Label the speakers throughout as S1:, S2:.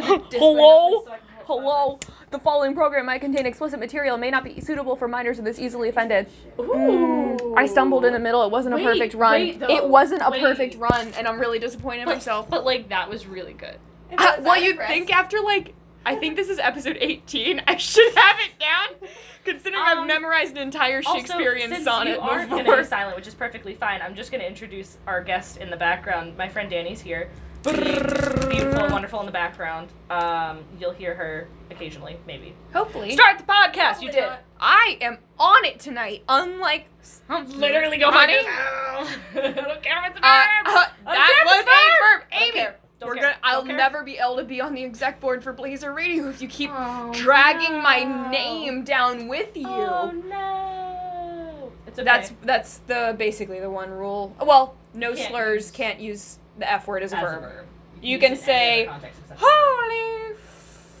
S1: the disclaimer
S2: Hello?
S1: first so I can have fun.
S2: Hello. The following program might contain explicit material may not be suitable for minors and is easily offended.
S1: Ooh.
S2: I stumbled in the middle. It wasn't a
S1: Wait,
S2: perfect run.
S1: wait, though.
S2: it wasn't a
S1: Wait.
S2: perfect run, and I'm really disappointed in
S3: But-
S2: myself.
S3: But like that was really good.
S1: It
S3: Uh,
S1: was
S3: well, you'd
S1: impressed.
S3: think after like I think this is episode 18, I should have it down, considering I've
S4: Um,
S3: memorized an entire Shakespearean
S4: also, since
S3: sonnet
S4: you aren't
S3: before.
S4: gonna be silent, which is perfectly fine. I'm just gonna introduce our guest in the background. My friend Danny's here. Beautiful, wonderful in the background. Um, you'll hear her occasionally, maybe.
S2: Hopefully.
S3: Start the podcast. You
S1: Probably
S3: did.
S1: not.
S2: I am on it tonight, unlike some
S4: Literally go
S2: honey.
S4: find I don't care about the
S2: Uh, uh, that
S4: care
S2: was
S4: if it's
S2: a verb, Amy.
S4: Don't
S2: We're
S4: care.
S2: gonna, I'll
S4: Don't care.
S2: never be able to be on the exec board for Blazer Radio if you keep dragging my name down with you.
S4: Oh no. It's okay.
S2: That's that's the basically the one rule. Well, no
S4: Can't
S2: slurs
S4: use-
S2: can't use the F word as a
S4: As
S2: verb. You
S4: use
S2: can
S4: it in any
S2: say,
S4: other context except-
S2: Holy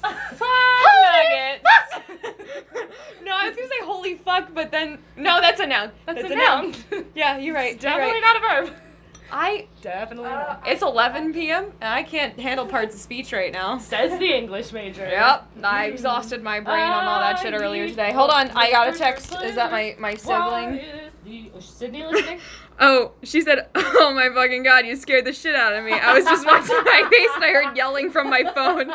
S2: fuck
S3: Holy
S2: nuggets. no, I was gonna say holy fuck, but then no, that's a noun.
S3: That's, a noun.
S2: Yeah, you're right. You're
S3: Definitely
S2: right.
S3: not a verb.
S2: I
S4: definitely
S1: Uh,
S4: not.
S2: it's 11 p.m. and I can't handle parts of speech right now.
S4: Says the English major.
S2: Yep, I exhausted my brain on all that shit earlier today. Hold on, I got a text. Is that my my
S4: Ah, Why
S2: sibling?
S4: is the- oh, Sydney listening?
S2: Oh, she said, "Oh my fucking god, you scared the shit out of me." I was just watching my face and I heard yelling from my phone.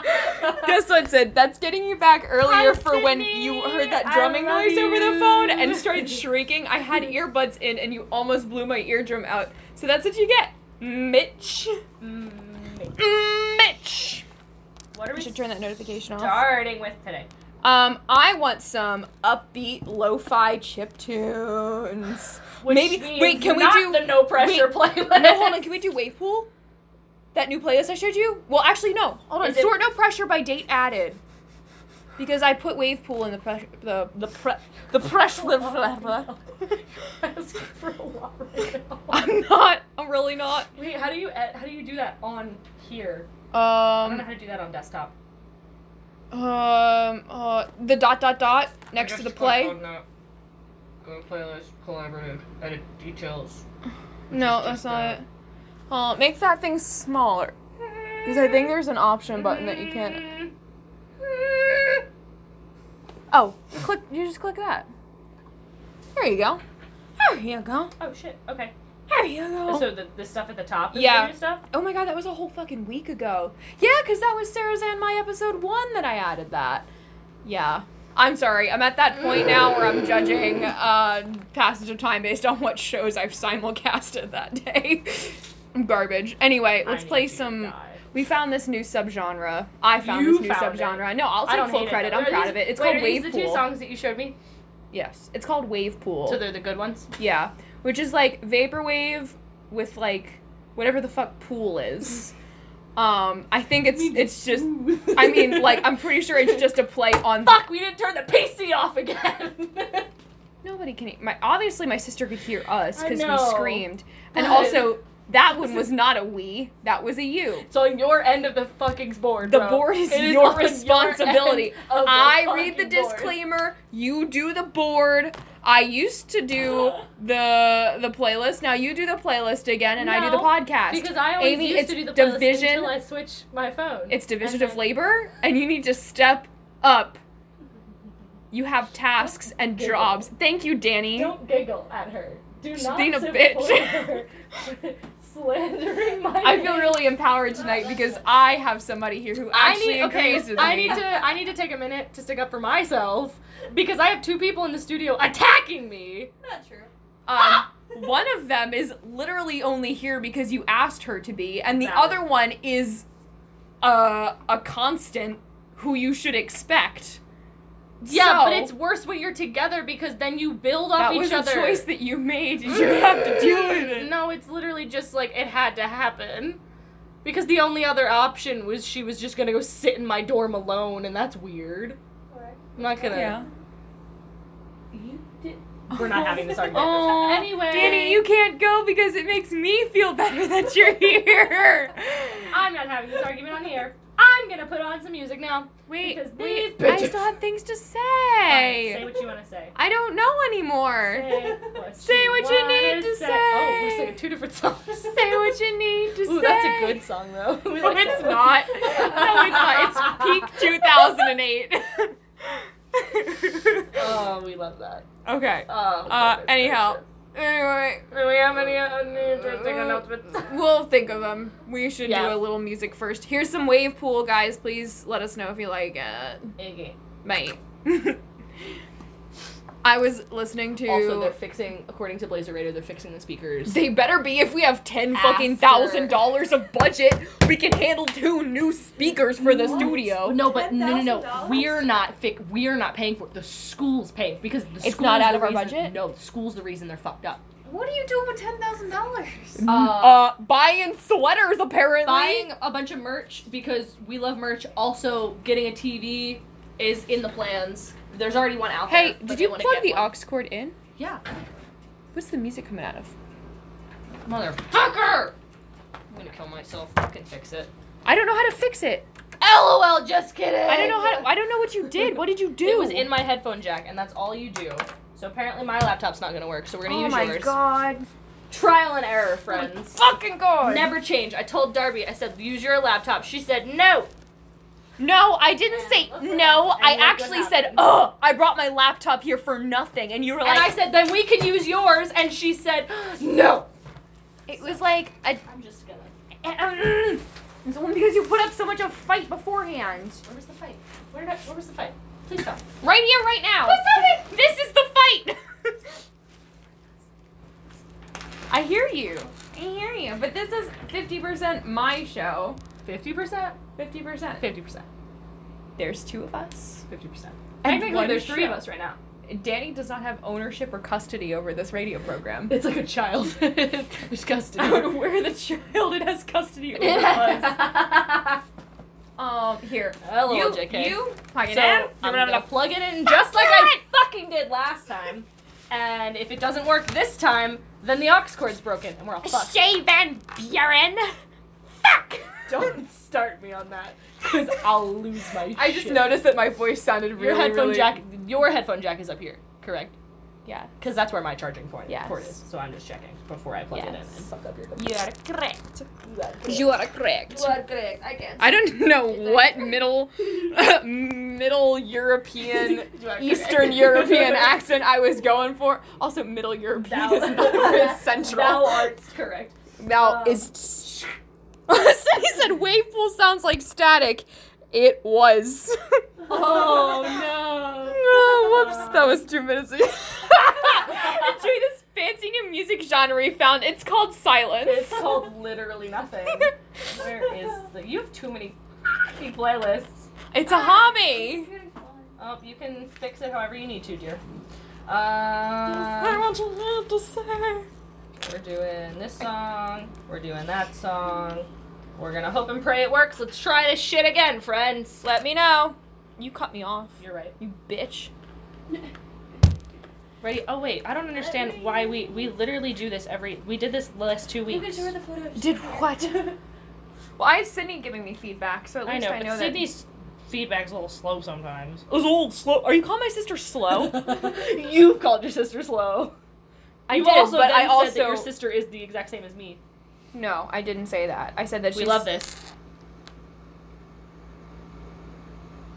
S2: Guess what, Sid? That's getting you back earlier
S4: Hi,
S2: for when
S4: Sydney.
S2: you heard that
S4: I
S2: drumming
S4: love
S2: noise over the
S4: you.
S2: phone and started shrieking. I had earbuds in and you almost blew my eardrum out. So that's what you get, Mitch.
S4: Mm,
S2: Mitch.
S4: what are
S2: I
S4: we
S2: should turn that notification off.
S4: starting with today?
S2: Um, I want some upbeat lo-fi chip tunes.
S4: Which
S2: Maybe-
S4: means
S2: wait, can we
S4: not
S2: do-
S4: the no pressure playlist?
S2: No, hold on. Can we do Wave Pool? That new playlist I showed you? Well, actually, no. Hold on.
S4: Is it-
S2: Sort No Pressure by date added. Because I put Wave Pool in the press the the pre- the pressure.
S4: Asking for a lot right now.
S2: I'm not. I'm really not.
S4: Wait, how do you ed- how do you do that on here? I don't know
S2: Um.
S4: how to do that on desktop.
S2: Um. Uh. The dot dot dot next to the play.
S3: Playlist collaborative edit details.
S2: No, that's not it. Uh, make that thing smaller. Because I think there's an option button that you can't. Oh, you click. You just click that. There you go. There you go.
S4: Oh shit. Okay.
S2: There you go.
S4: So the, the stuff at the top. Is
S2: Oh. Yeah.
S4: the new stuff.
S2: Oh my god, that was a whole fucking week ago. Yeah, because that was Sarah's and my episode one that I added that. Yeah. I'm sorry, I'm at that point now where I'm judging uh, passage of time based on what shows I've simulcasted that day. Garbage. Anyway, let's
S4: I need
S2: play
S4: to
S2: some.
S4: die.
S2: We found this new subgenre. I found
S4: You
S2: this new
S4: found it.
S2: subgenre. No, I'll
S4: I
S2: take
S4: don't
S2: full
S4: hate it,
S2: credit.
S4: though.
S2: I'm
S4: Are
S2: proud
S4: these-
S2: of it. It's
S4: wait,
S2: called
S4: are these
S2: Wave
S4: the two
S2: Pool.
S4: songs that you showed me.
S2: Yes, it's called Wave Pool.
S4: So they're the good ones.
S2: Yeah, which is like vaporwave with like whatever the fuck pool is. Um, I think it's it's just. I mean, like I'm pretty sure it's just a play on.
S4: Fuck, we didn't turn the PC off again.
S2: Nobody can. e, My obviously my sister could hear us
S4: I
S2: because we
S4: know.
S2: screamed, and
S4: But-
S2: also that one was not a we, that was a you.
S4: it's on your end of the fucking board.
S2: The
S4: bro.
S2: board is
S4: It
S2: your
S4: on end
S2: responsibility.
S4: of the
S2: I read the
S4: fucking board.
S2: disclaimer. You do the board. I used to do the the playlist. Now you do the playlist again, and I do the
S4: No,
S2: podcast.
S4: Because I always
S2: Amy,
S4: used
S2: it's
S4: to do the playlist
S2: division-
S4: until I switch my phone.
S2: It's division
S4: And
S2: of
S4: then-
S2: labor, and you need to step up. You have tasks and
S4: Giggle.
S2: jobs. Thank you, Danny.
S4: Don't giggle at her. Do
S2: She's
S4: not
S2: being a
S4: support
S2: bitch.
S4: her. Slandering my.
S2: I feel
S4: name.
S2: really empowered tonight because I have somebody here who
S3: I
S2: actually
S3: need okay.
S2: agrees with
S3: I
S2: me.
S3: need to I need to take a minute to stick up for myself because I have two people in the studio attacking me.
S1: Not true.
S2: Um, one of them is literally only here because you asked her to be, and the
S4: Valid.
S2: other one is a a constant who you should expect.
S3: Yeah, but
S2: So-
S3: it's worse when you're together because then you build off
S2: that
S3: each
S2: was
S3: other.
S2: a choice that you made. You have to deal with it.
S3: No, it's literally just like it had to happen. Because the only other option was she was just gonna go sit in my dorm alone, and that's weird. I'm not gonna.
S2: Yeah.
S4: You did. We're not having this argument.
S2: Oh,
S3: Anyway,
S2: Danny, you can't go because it makes me feel better that you're here.
S3: I'm not having this argument on the air. I'm gonna put on some music now.
S2: Wait,
S3: Because
S2: wait,
S3: these
S2: I still have things to
S4: Alright, Say
S2: say.
S4: what you want to say.
S2: I don't know anymore.
S4: Say what,
S2: Say what you
S4: wanna
S2: need to
S4: Oh, we're
S2: say.
S3: Singing two different songs.
S2: Say what you need to say.
S3: Ooh, that's a good song though. We
S2: No,
S3: like
S2: it's
S3: that one.
S2: not. No, it's not. It's 2008.
S4: Oh, we love that.
S2: okay.
S4: Oh,
S2: Uh, anyhow, anyway,
S4: Do we have any uh, any interesting
S2: Uh,
S4: announcements?
S2: we'll think of them. We should
S4: Yeah.
S2: do a little music first. Here's some wave pool, guys. Please let us know if you like it.
S5: Iggy.
S2: Mate. I was listening to.
S4: Also, they're fixing, according to Blazer Raider, they're fixing the speakers.
S2: they better be if we have ten fucking
S4: After.
S2: thousand dollars of budget, we can handle two new speakers for the
S1: What?
S2: studio.
S4: No, but no, no, no.
S1: $10,000?
S4: We're not fi- We're not paying for it. The school's paying because the
S2: It's
S4: school's
S2: not out
S4: the
S2: of our
S4: reason-
S2: budget?
S4: No, the school's the reason they're fucked up.
S1: What do you do with ten thousand dollars?
S2: uh, buying sweaters apparently.
S4: buying a bunch of merch because we love merch. Also, getting a TV is in the plans. There's already one out there.
S2: Hey,
S4: but
S2: did
S4: they
S2: you
S4: wanna
S2: plug
S4: get
S2: the
S4: one.
S2: aux cord in?
S4: Yeah,
S2: What's the music coming out of?
S4: motherfucker! I'm gonna kill myself. Fucking fix it.
S2: I don't know how to fix it.
S4: LOL. Just kidding.
S2: I don't know how. To, I don't know what you did. What did you do?
S4: It was in my headphone jack, and that's all you do. So apparently my laptop's not gonna work. So we're
S2: Oh
S4: gonna use yours.
S1: god.
S4: Trial and error, friends.
S2: fucking Oh god.
S4: Never change. I told Darby, I said, use your laptop. She said, no.
S2: No, I didn't say
S1: look what
S2: no.
S1: happened.
S2: I
S1: And look what
S2: actually said,
S1: happened.
S2: "Ugh, I brought my laptop here for nothing," and you were
S4: And I
S2: like,
S4: said, then we can use yours. And she said, no.
S2: "It was like a."
S1: I'm just gonna.
S2: Mm, it's only because you put up so much of fight beforehand.
S4: Where was the fight? Where, did I, where was the fight? Please stop.
S2: Right here, right now. This is the fight. I hear you. I hear you. But this is 50% my show.
S4: 50%?
S2: 50%.
S4: 50%.
S2: There's two of us.
S4: 50%.
S5: Technically,
S2: one
S5: there's three of
S2: show.
S5: us right now.
S2: Danny does not have ownership or custody over this radio program.
S4: It's like a child. There's custody.
S2: I don't know where the child it has custody over us. um, here.
S4: Hello,
S2: you,
S4: JK.
S2: you, fucking
S4: so
S2: Ann,
S4: I'm
S2: you're
S4: gonna,
S2: gonna-
S4: plug it in just like I fucking did last time. And if it doesn't work this time, then the aux cord's broken and we're all fucked.
S2: Shay Van Buren. Fuck.
S4: Don't start me on that, because I'll lose my.
S2: I just
S4: shit.
S2: noticed that my voice sounded really,
S4: your headphone
S2: really-
S4: jack. Your headphone jack is up here, correct?
S2: Yeah.
S4: Because that's where my charging point
S2: Yes.
S4: port is. So I'm just checking before I plug it in and
S2: Yes.
S4: fuck up your
S2: You are correct.
S4: computer.
S2: You are correct.
S1: correct. I can't.
S2: I don't know what middle middle European
S4: You are
S2: Eastern
S4: correct.
S2: European accent I was going for. Also middle European
S4: Thou-
S2: is not where it's central.
S4: Thou art correct.
S2: Now
S4: Um,
S2: is. he said wave pool sounds like static. It was.
S4: Oh no.
S2: oh, whoops, that was two minutes. Enjoy this fancy new music genre we found. It's called silence.
S4: It's called literally nothing. Where is the? You have too many fucking playlists.
S2: It's a hobby.
S4: Oh, you can fix it however you need to, dear. Uh,
S2: what you need to say.
S4: we're doing this song. We're doing that song. We're gonna hope and pray it works. Let's try this shit again, friends.
S2: Let me know. You cut me off,
S4: You're right.
S2: you bitch.
S4: Ready? Oh wait, I don't understand why we we literally do this every. We did this last two
S1: You
S4: weeks.
S1: can show her the photo.
S2: Did what? well, I have Sydney giving me feedback, so at
S4: I
S2: least
S4: know,
S2: I know,
S4: but
S2: that.
S4: Sydney's feedback's a little slow sometimes.
S2: was a little slow. Are you calling my sister slow?
S4: You've called your sister slow.
S2: I
S4: you
S2: did,
S4: also
S2: but
S4: then
S2: I
S4: said
S2: also
S4: that your sister is the exact same as me.
S2: no, I didn't say that. I said that
S4: We
S2: she's-
S4: love this.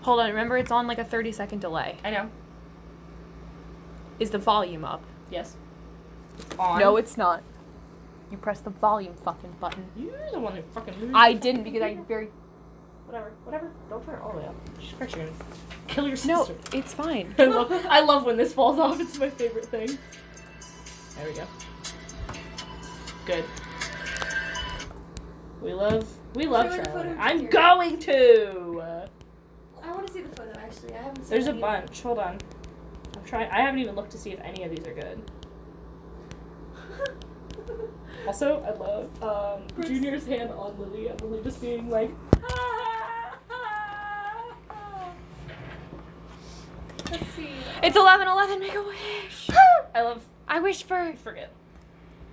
S2: Hold on, remember it's on like a thirty second delay.
S4: I know.
S2: Is the volume up?
S4: Yes. On.
S2: No, it's not. You press the volume fucking button.
S4: You're the one who fucking.
S2: I didn't because I very
S4: Whatever. Whatever. Don't turn it all the way up. She's Christ, you're gonna kill your
S2: no.
S4: sister.
S2: It's fine.
S4: I love. I love when this falls off. It's my favorite thing. There we go. Good. We love. We love
S1: Show her the photo
S4: Charlotte.
S1: of
S4: I'm
S1: Junior.
S4: going to.
S1: I want to see the photo actually. I haven't seen.
S4: There's a
S1: any of it.
S4: bunch. Hold on. I'm trying. I haven't even looked to see if any of these are good. Also, I love um, Junior's hand on Lily and Lily just being like,
S1: Let's see.
S2: It's eleven eleven. Make a wish.
S4: I love.
S2: I wish for
S4: Forget.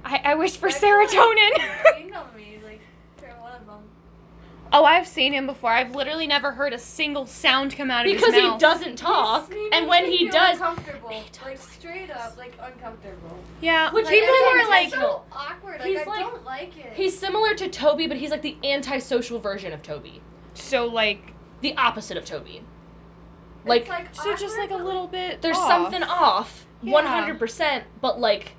S2: I, I wish for
S1: I feel like
S2: serotonin.
S1: you're hating on me, like, you're one of them.
S2: Oh, I've seen him before. I've literally never heard a single sound come out of
S4: Because
S2: his
S4: he
S2: mouth.
S4: doesn't talk,
S1: This made
S4: and
S1: me
S4: when he
S1: feel
S4: does,
S1: uncomfortable, like straight up, like uncomfortable.
S2: Yeah.
S4: Which
S1: Like,
S4: people
S1: I
S4: who
S1: don't-
S4: are like,
S1: it's so awkward. Like,
S4: he's
S1: I
S4: like-
S1: don't like it.
S4: he's similar to Toby, but he's like the antisocial version of Toby,
S2: so like
S4: the opposite of Toby.
S3: Like,
S1: it's like
S2: So just like
S1: awkward,
S2: a
S1: but,
S2: little bit.
S3: there's
S2: off.
S3: something off,
S2: Yeah.
S3: 100%, but like,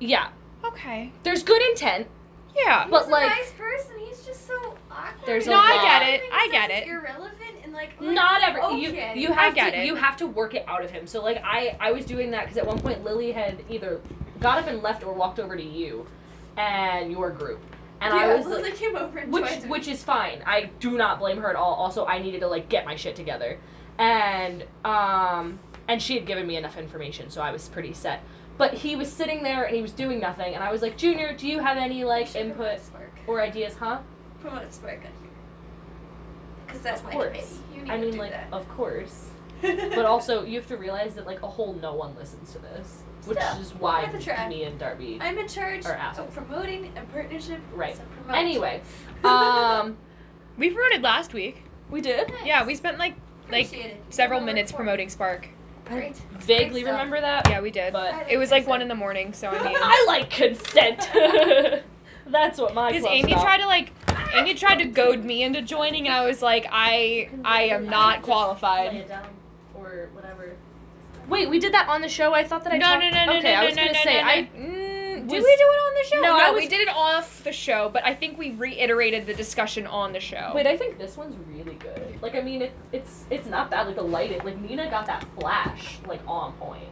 S3: yeah,
S2: Okay.
S3: there's good intent,
S2: Yeah.
S1: He's
S3: but,
S1: a
S3: like-
S1: nice person. He's just so awkward.
S3: There's
S1: and
S3: a No, I lot. get
S2: it,
S1: everything
S2: I
S1: he
S2: get
S1: says
S2: it.
S1: is Irrelevant and like like,
S4: not every
S1: okay.
S4: you you have
S2: get
S4: to
S2: it.
S4: you have to work it out of him. So like I I was doing that because at one point Lily had either got up and left or walked over to you and your group, and
S1: yeah,
S4: I was
S1: Lily
S4: like,
S1: came over and
S4: which
S1: joined him.
S4: which is fine. I do not blame her at all. Also, I needed to like get my shit together, and um and she had given me enough information, so I was pretty set. But he was sitting there and he was doing nothing, and I was like, Junior, do you have any like
S1: Should
S4: input
S1: promote Spark.
S4: or ideas, huh?
S1: Promote Spark Because that's
S4: Of
S1: my
S4: course.
S1: committee. You need
S4: I
S1: to
S4: mean,
S1: do
S4: like,
S1: that.
S4: of course. but also you have to realize that like a whole no one listens to this, which
S1: Still,
S4: is why
S1: worth a try.
S4: me and Darby.
S1: I'm in charge
S4: Or assholes.
S1: of promoting and partnership.
S4: Right.
S1: So promote.
S4: Anyway, um,
S2: we promoted last week.
S4: we did
S2: Yeah, we spent like like
S1: Appreciate it.
S2: several
S1: Well,
S2: minutes
S1: report.
S2: promoting Spark.
S1: Great.
S4: vaguely
S1: Great stuff.
S4: remember that,
S2: Yeah, we did.
S4: but
S2: It was like one in the morning, so I mean.
S4: I like consent. That's what my
S2: Because
S4: club's
S2: Amy
S4: about.
S2: tried to like, Amy tried to goad me into joining, and I was like, I, I am not qualified.
S4: or whatever.
S3: Wait, we did that on the show. I thought that
S2: No,
S3: I
S2: no,
S3: talked-
S2: no, no,
S3: okay,
S2: no,
S3: I was
S2: no,
S3: gonna
S2: no,
S3: say
S2: no,
S3: I
S2: no. Mm, did
S3: was-
S2: we do it on the show?
S3: No, I
S2: we
S3: was-
S2: did it off the show, but I think we reiterated the discussion on the
S3: Oh.
S2: show.
S4: Wait, I think this one's really good. Like, I mean, it, it's it's not bad. Like the lighting, like Nina got that flash like on point.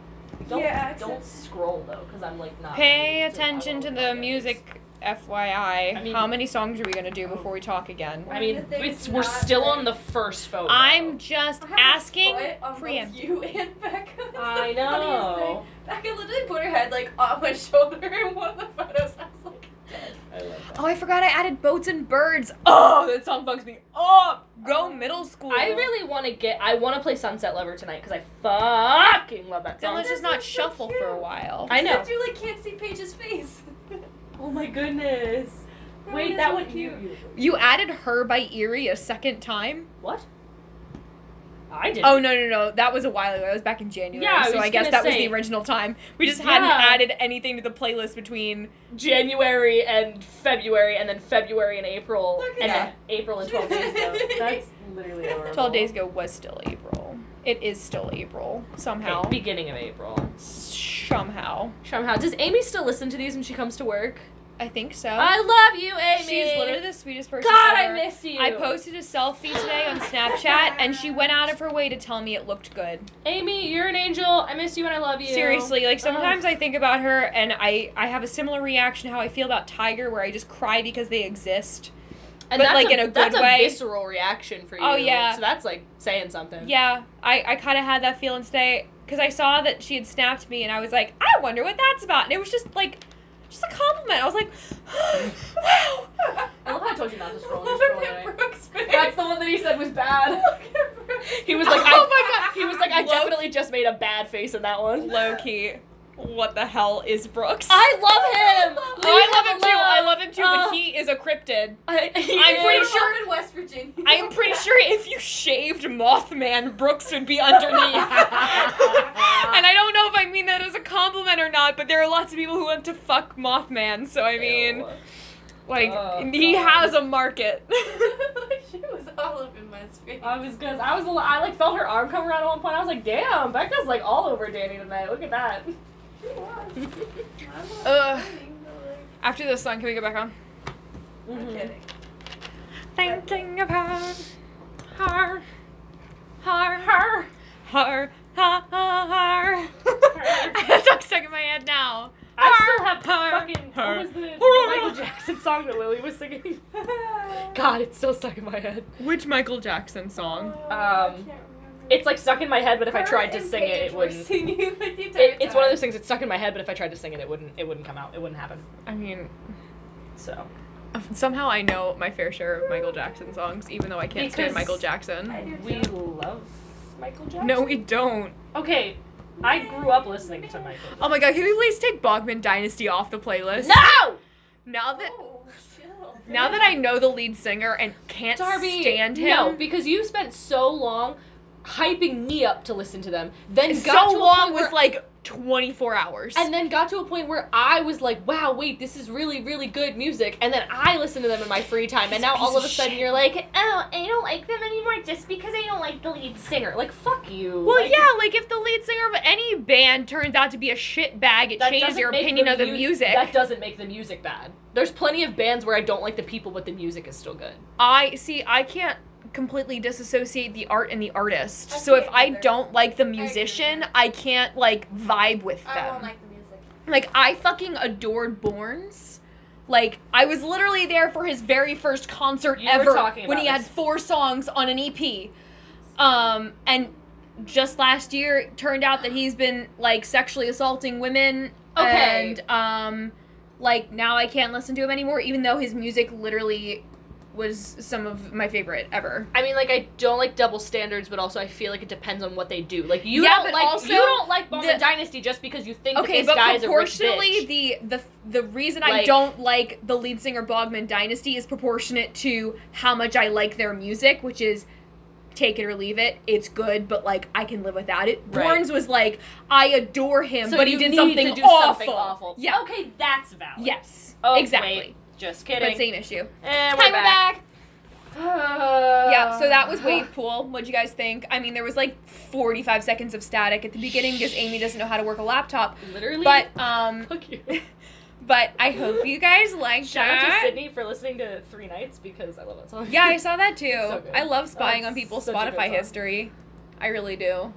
S4: Don't
S1: Yeah,
S4: don't scroll though, because I'm like not.
S2: Pay
S4: ready
S2: attention
S4: I
S2: to
S4: don't
S2: the
S4: know.
S2: music, FYI.
S4: I mean-
S2: How many songs are we gonna do before we talk again?
S4: I mean,
S1: The thing's
S4: it's, we're
S1: not
S4: still
S1: right.
S4: on the first photo.
S2: I'm just
S1: I have a
S2: asking.
S1: foot on both
S2: preempt-
S1: You and Becca. It's the
S4: I
S1: funniest thing.
S4: know.
S1: Becca literally put her head like on my shoulder in one of the photos. I was like,
S4: I love
S2: Oh, I forgot I added boats and birds. Oh, that song bugs me. Oh, go middle school.
S3: I really want to get. I want to play Sunset Lover tonight because I fucking love that
S2: Then
S3: song.
S2: let's just
S1: That's
S2: not
S1: so
S2: shuffle for a
S1: cute.
S2: while.
S3: I know.
S1: Except you like can't see Paige's face.
S4: Oh my goodness.
S1: That
S4: Wait,
S1: is
S4: that
S1: really
S4: one you.
S2: You added her by Erie a second time?
S4: What? I did.
S2: Oh no no no, that was a while ago. That was back in January.
S3: Yeah, I
S2: so
S3: was
S2: I guess
S3: gonna
S2: that was
S3: say-
S2: the original time. We just hadn't
S3: Yeah.
S2: added anything to the playlist between
S3: January and February, and then February and April,
S1: Look at
S3: and
S2: that.
S3: then April and twelve days ago.
S4: That's literally horrible.
S2: 12 days ago was still April. It is still April somehow.
S3: Okay, beginning of April.
S2: somehow.
S3: Somehow, does Amy still listen to these when she comes to work?
S2: I think so.
S3: I love you, Amy.
S2: Oh. She's literally the sweetest person
S3: God,
S2: ever.
S3: I miss you.
S2: I posted a selfie today on Snapchat and she went out of her way to tell me it looked good.
S3: Amy, you're an angel. I miss you and I love you.
S2: Seriously, like sometimes I think about her and I I have a similar reaction to how I feel about Tiger where I just cry because they exist.
S3: and
S2: but,
S3: that's
S2: like,
S3: a,
S2: in a
S3: that's
S2: good way.
S3: a visceral reaction for you.
S2: Oh, yeah.
S3: So that's like saying something.
S2: Yeah, I I kind of had that feeling today cuz I saw that she had snapped me and I was like, I wonder what that's about. And it was just like just a compliment. I was like, wow.
S4: I love how I told you not to scroll. You're
S1: Look
S4: scrolling
S1: at
S4: right.
S1: Brooke's face.
S4: That's the one that he said was bad.
S1: Look at Brooke's
S3: He was like,
S2: Oh
S3: I,
S2: my God.
S3: He was like, I
S2: Low-
S3: definitely just made a bad face in that one.
S2: Low key. What the hell is Brooks?
S3: I love him.
S2: Oh, I love him too. I love him too,
S3: Uh,
S2: but he is a cryptid.
S4: Uh,
S3: I, he
S2: I'm pretty
S3: is.
S2: sure-
S1: Up in West Virginia.
S2: I'm pretty sure if you shaved Mothman, Brooks would be underneath. and I don't know if I mean that as a compliment or not, but there are lots of people who want to fuck Mothman, so I mean,
S4: Ew.
S2: like,
S4: Oh,
S2: he
S4: God.
S2: has a market.
S1: she was all up in my face.
S4: I was good. I was. a li- I like felt her arm come around at one point. I was like, "Damn, Becca's like all over Danny tonight. Look at that."
S1: She was.
S4: Mm-hmm.
S1: I'm not
S2: Ugh.
S1: kidding, but,
S2: After this song, can we go back on?
S1: like,
S4: Mm-hmm.
S1: I'm kidding.
S2: Thinking about her, her, her, her, her, her. that song's stuck in my head now.
S4: I still have
S2: Her.
S4: fucking.
S2: Her.
S4: What was the, the Michael Jackson song that Lily was singing? God, it's still stuck in my head.
S2: Which Michael Jackson song?
S1: Oh, I
S4: Um,
S1: can't remember.
S4: It's like stuck in my head, but if I
S1: Her
S4: tried to
S1: and
S4: sing it,
S1: Paige
S4: it
S1: were
S4: wouldn't.
S1: singing, like, the entire
S4: It, it's one of
S1: time.
S4: those things that's stuck in my head, but if I tried to sing it, it wouldn't. It wouldn't come out. It wouldn't happen.
S2: I mean,
S4: So
S2: Somehow I know my fair share of Michael Jackson songs, even though I can't stand
S4: Because-
S2: Michael Jackson.
S1: I do
S4: we
S1: too.
S4: love Michael Jackson.
S2: No, we don't.
S4: Okay, I grew up listening to Michael. Jackson.
S2: Oh my god, can we please take Bogman Dynasty off the playlist?
S3: No!
S2: Now that
S1: Oh, chill.
S2: now that I know the lead singer and can't
S3: Darby,
S2: stand him.
S3: no, because you spent so long.
S4: hyping me up to listen to them. Then got
S2: so
S4: to a
S2: long
S4: point where
S2: was like 24 hours.
S4: And then got to a point where I was like, wow, wait, this is really, really good music. And then I listen to them in my free time.
S2: He's
S4: And
S2: a
S4: now
S2: piece
S4: all of
S2: of
S4: a sudden
S2: shit.
S4: you're like, oh, I don't like them anymore just because I don't like the lead singer. Like, fuck you.
S2: well,
S4: Like,
S2: yeah, like if the lead singer of any band turns out to be a shit bag, it
S4: that
S2: changes
S4: doesn't
S2: your
S4: make
S2: opinion of the
S4: mu-
S2: music.
S4: That doesn't make the music bad. There's plenty of bands where I don't like the people, but the music is still good.
S2: I see. I can't completely disassociate the art and the artist.
S1: I
S2: so if
S1: can't
S2: I
S1: either.
S2: don't like the
S1: agree with
S2: musician,
S1: you.
S2: I, can't like vibe with them.
S1: I won't like the music.
S2: Like I fucking adored Borns. Like I was literally there for his very first concert
S4: You were
S2: ever
S4: talking
S2: when
S4: about
S2: he had
S4: this.
S2: four songs on an EP. Um and just last year it turned out that he's been like sexually assaulting women
S4: Okay.
S2: and um like now I can't listen to him anymore even though his music literally was some of my favorite ever.
S4: I mean, like, I don't like double standards, but also I feel like it depends on what they do. Like, you
S2: Yeah,
S4: don't
S2: but
S4: like
S2: also
S4: you don't like Bomber
S2: the-
S4: Dynasty just because you think
S2: Okay,
S4: that this
S2: but
S4: guy is a rich
S2: proportionally,
S4: bitch.
S2: the the the reason I
S4: Like-
S2: don't like the lead singer Bogman Dynasty is proportionate to how much I like their music, which is take it or leave it. It's good, but like I can live without it.
S4: Right.
S2: Borns was like I adore him,
S4: So
S2: but he
S4: you
S2: did
S4: need
S2: something
S4: to do
S2: awful.
S4: something awful.
S2: Yeah.
S4: Okay, that's valid.
S2: Yes.
S4: Oh,
S2: exactly.
S4: wait, just
S2: But
S4: kidding.
S2: same issue.
S4: And
S2: Hi, we're back.
S4: Uh,
S2: yeah. So that was wave pool. What'd you guys think? I mean, there was like 45 seconds of static at the beginning because Amy doesn't know how to work a laptop.
S4: Literally.
S2: But um,
S4: fuck you.
S2: but I hope you guys liked
S4: Shout out to
S2: that.
S4: Sydney for listening to Three Nights because I love that song.
S2: Yeah, I saw that too.
S4: It's so good.
S2: I love spying
S4: Oh,
S2: on people's
S4: such a good
S2: Spotify
S4: song.
S2: history. I really do.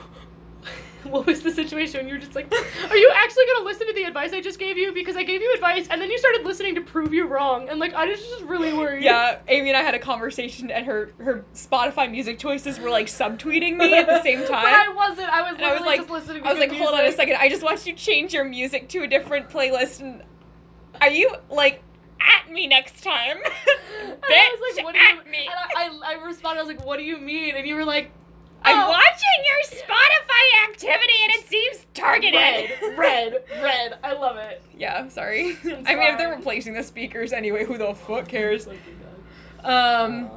S4: what was the situation? when You were just like, are you actually gonna listen to the advice I just gave you? Because I gave you advice and then you started listening to prove you wrong, and like I was just really worried.
S2: Yeah, Amy and I had a conversation, and her her Spotify music choices were like subtweeting me at the same
S4: but I
S2: time.
S4: wasn't. I was
S2: And I was
S4: literally
S2: like-
S4: just listening. To
S2: I was
S4: good
S2: like, hold on a
S4: music."
S2: second. I just watched you change your music to a different playlist, and are you like at me next time?
S4: And I
S2: Bitch,
S4: was like, what do you?
S2: at me.
S4: And I, I, I responded. I was like, what do you mean? And you were like,
S2: I'm
S4: "Oh,
S2: watching your Spotify activity, and it seems targeted.
S4: Red, red, red. I love it.
S2: Yeah, sorry.
S4: I'm
S2: I mean, if they're
S4: sorry.
S2: replacing the speakers anyway, who the fuck cares?
S4: Um,
S2: Um.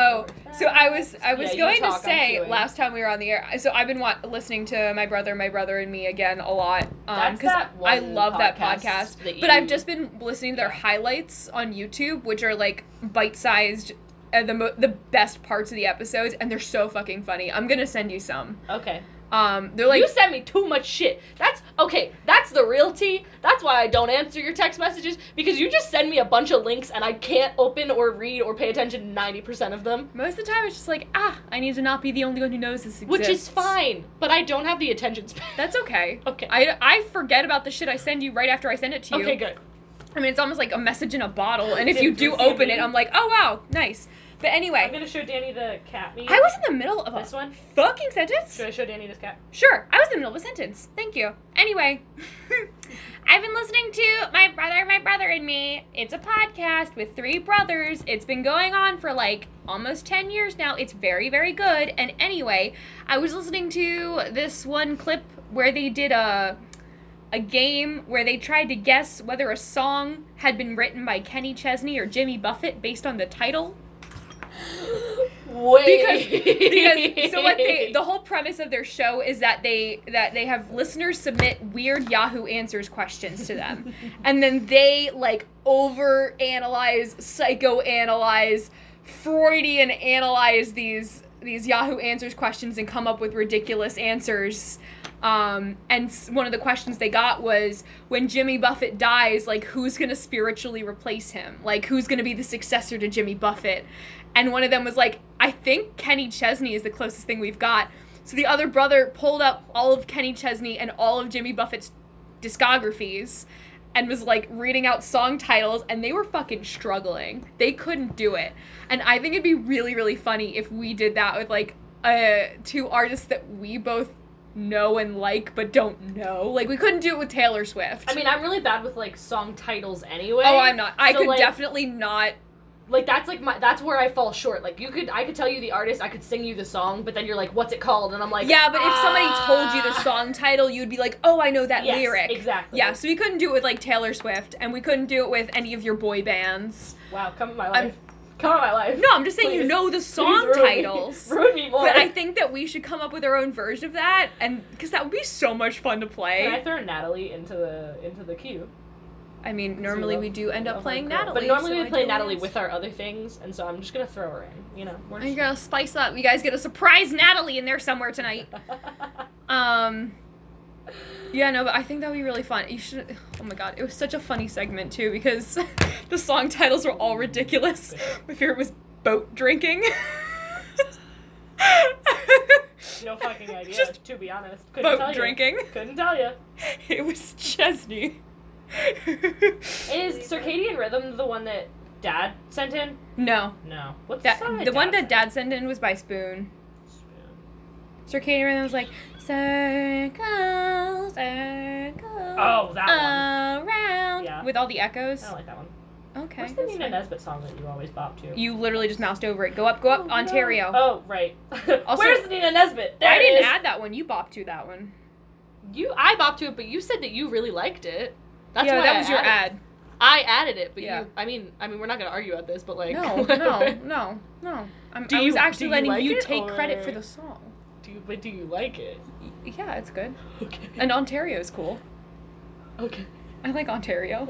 S2: Oh, so I was I was
S4: Yeah, you
S2: going
S4: talk, I'm
S2: to say
S4: queuing.
S2: last time we were on the air. So I've been wa- listening to my brother, my brother and me again a lot
S4: That's
S2: because
S4: that
S2: Um, I
S4: one
S2: love that
S4: podcast
S2: podcast.
S4: that
S2: but I've
S4: you-
S2: just been listening to their
S4: Yeah.
S2: highlights on YouTube, which are like bite sized and the mo- the best parts of the episodes, and they're so fucking funny. I'm gonna send you some.
S4: Okay.
S2: Um, they're like
S4: you send me too much shit. That's okay. That's the real tea. That's why I don't answer your text messages because you just send me a bunch of links and I can't open or read or pay attention to ninety percent of them,
S2: most of the time it's just like ah, I need to not be the only one who knows this exists,
S4: which is fine. But I don't have the attention span.
S2: That's okay.
S4: okay.
S2: I, I forget about the shit I send you right after I send it to you.
S4: okay, good.
S2: I mean, it's almost like a message in a bottle, and if
S4: Did
S2: you
S4: you
S2: do
S4: see
S2: open
S4: me?
S2: it, I'm like, oh wow, nice. But
S4: I'm
S2: anyway,
S4: gonna show Danny the cat meme.
S2: I was in the middle of
S4: this
S2: a
S4: one.
S2: fucking sentence.
S4: Should I show Danny this cat?
S2: Sure, I was in the middle of a sentence. Thank you. Anyway, I've been listening to My Brother, My Brother and Me. It's a podcast with three brothers. It's been going on for like almost 10 years now. It's very, very good. And anyway, I was listening to this one clip where they did a a game where they tried to guess whether a song had been written by Kenny Chesney or Jimmy Buffett based on the title.
S4: Wait.
S2: because so what they the whole premise of their show is that they that they have listeners submit weird Yahoo answers questions to them, and then they like over analyze, psychoanalyze, Freudian analyze these these Yahoo answers questions and come up with ridiculous answers. Um, and s- one of the questions they got was when Jimmy Buffett dies, like who's gonna spiritually replace him? Like who's gonna be the successor to Jimmy Buffett? And one of them was like, I think Kenny Chesney is the closest thing we've got. So the other brother pulled up all of Kenny Chesney and all of Jimmy Buffett's discographies and was like reading out song titles and they were fucking struggling. They couldn't do it. And I think it'd be really really funny if we did that with like uh two artists that we both know and like but don't know. Like we couldn't do it with Taylor Swift.
S4: I mean, I'm really bad with like song titles anyway.
S2: oh, I'm not. I
S4: So,
S2: could
S4: like,
S2: definitely not.
S4: like that's like my that's where I fall short. Like you could I could tell you the artist, I could sing you the song, but then you're like, what's it called? And I'm like,
S2: Yeah, but if somebody told you the
S4: "Ah."
S2: song title, you'd be like, "Oh, I know that
S4: Yes,
S2: lyric."
S4: exactly.
S2: Yeah, so we couldn't do it with like Taylor Swift and we couldn't do it with any of your boy bands.
S4: Wow, come in my
S2: I'm-
S4: life. Come on, my life.
S2: No, I'm just saying you
S4: Please.
S2: know the song
S4: Please ruin me-
S2: titles.
S4: Ruin me more.
S2: But I think that we should come up with our own version of that, and because that would be so much fun to
S4: Can I
S2: play.
S4: throw Natalie into the into the queue?
S2: I mean, normally
S4: love-
S2: we do end up
S4: love
S2: playing
S4: her girl.
S2: Natalie.
S4: Oh But normally
S2: so I
S4: we play
S2: don't
S4: Natalie
S2: know.
S4: with our other things, and so I'm just gonna throw her in. You know. We're
S2: I'm gonna spice up. You guys get a surprise Natalie in there somewhere tonight. Um, yeah, no, but I think that would be really fun. You should. Oh my god, it was such a funny segment too because the song titles were all ridiculous. My favorite was boat drinking.
S4: no fucking idea.
S2: Just
S4: to be honest, couldn't tell
S2: boat
S4: you.
S2: drinking.
S4: Couldn't tell you.
S2: It was Chesney.
S4: Is circadian rhythm the one that Dad sent in?
S2: no,
S4: No. What's
S2: that
S4: the song?
S2: the one that
S4: Dad
S2: Dad sent in was by Spoon.
S4: sent?
S2: Circadian rhythm was like circle, circle.
S4: Oh, that one.
S2: around
S4: Yeah.
S2: with all the echoes.
S4: I don't like that one.
S2: Um, Okay.
S4: What's the
S2: that's
S4: Nina
S2: fine.
S4: Nesbitt song that you always bop to?
S2: You literally just moused over it. Go up, go up,
S4: Oh, no.
S2: Ontario.
S4: Oh right.
S2: Also-
S4: Where's the Nina Nesbitt? There
S2: I
S4: it
S2: didn't
S4: is.
S2: add that one. You bopped to that one.
S3: You, I bopped to it, but you said that you really liked it. That's
S2: yeah,
S3: why
S2: that
S3: I
S2: was your
S3: added-
S2: ad.
S3: I added it, but
S2: Yeah.
S3: you. I mean, I mean, we're not gonna argue about this, but like,
S2: No, no, no, no. I'm,
S3: Do
S2: I was
S3: you- do
S2: actually
S3: you
S2: letting
S3: like
S2: you
S3: it,
S2: take credit
S3: or-
S2: for the song.
S3: Do you, but do you like it?
S2: Y- Yeah, it's good.
S3: Okay.
S2: And Ontario's cool.
S3: okay.
S2: I like Ontario.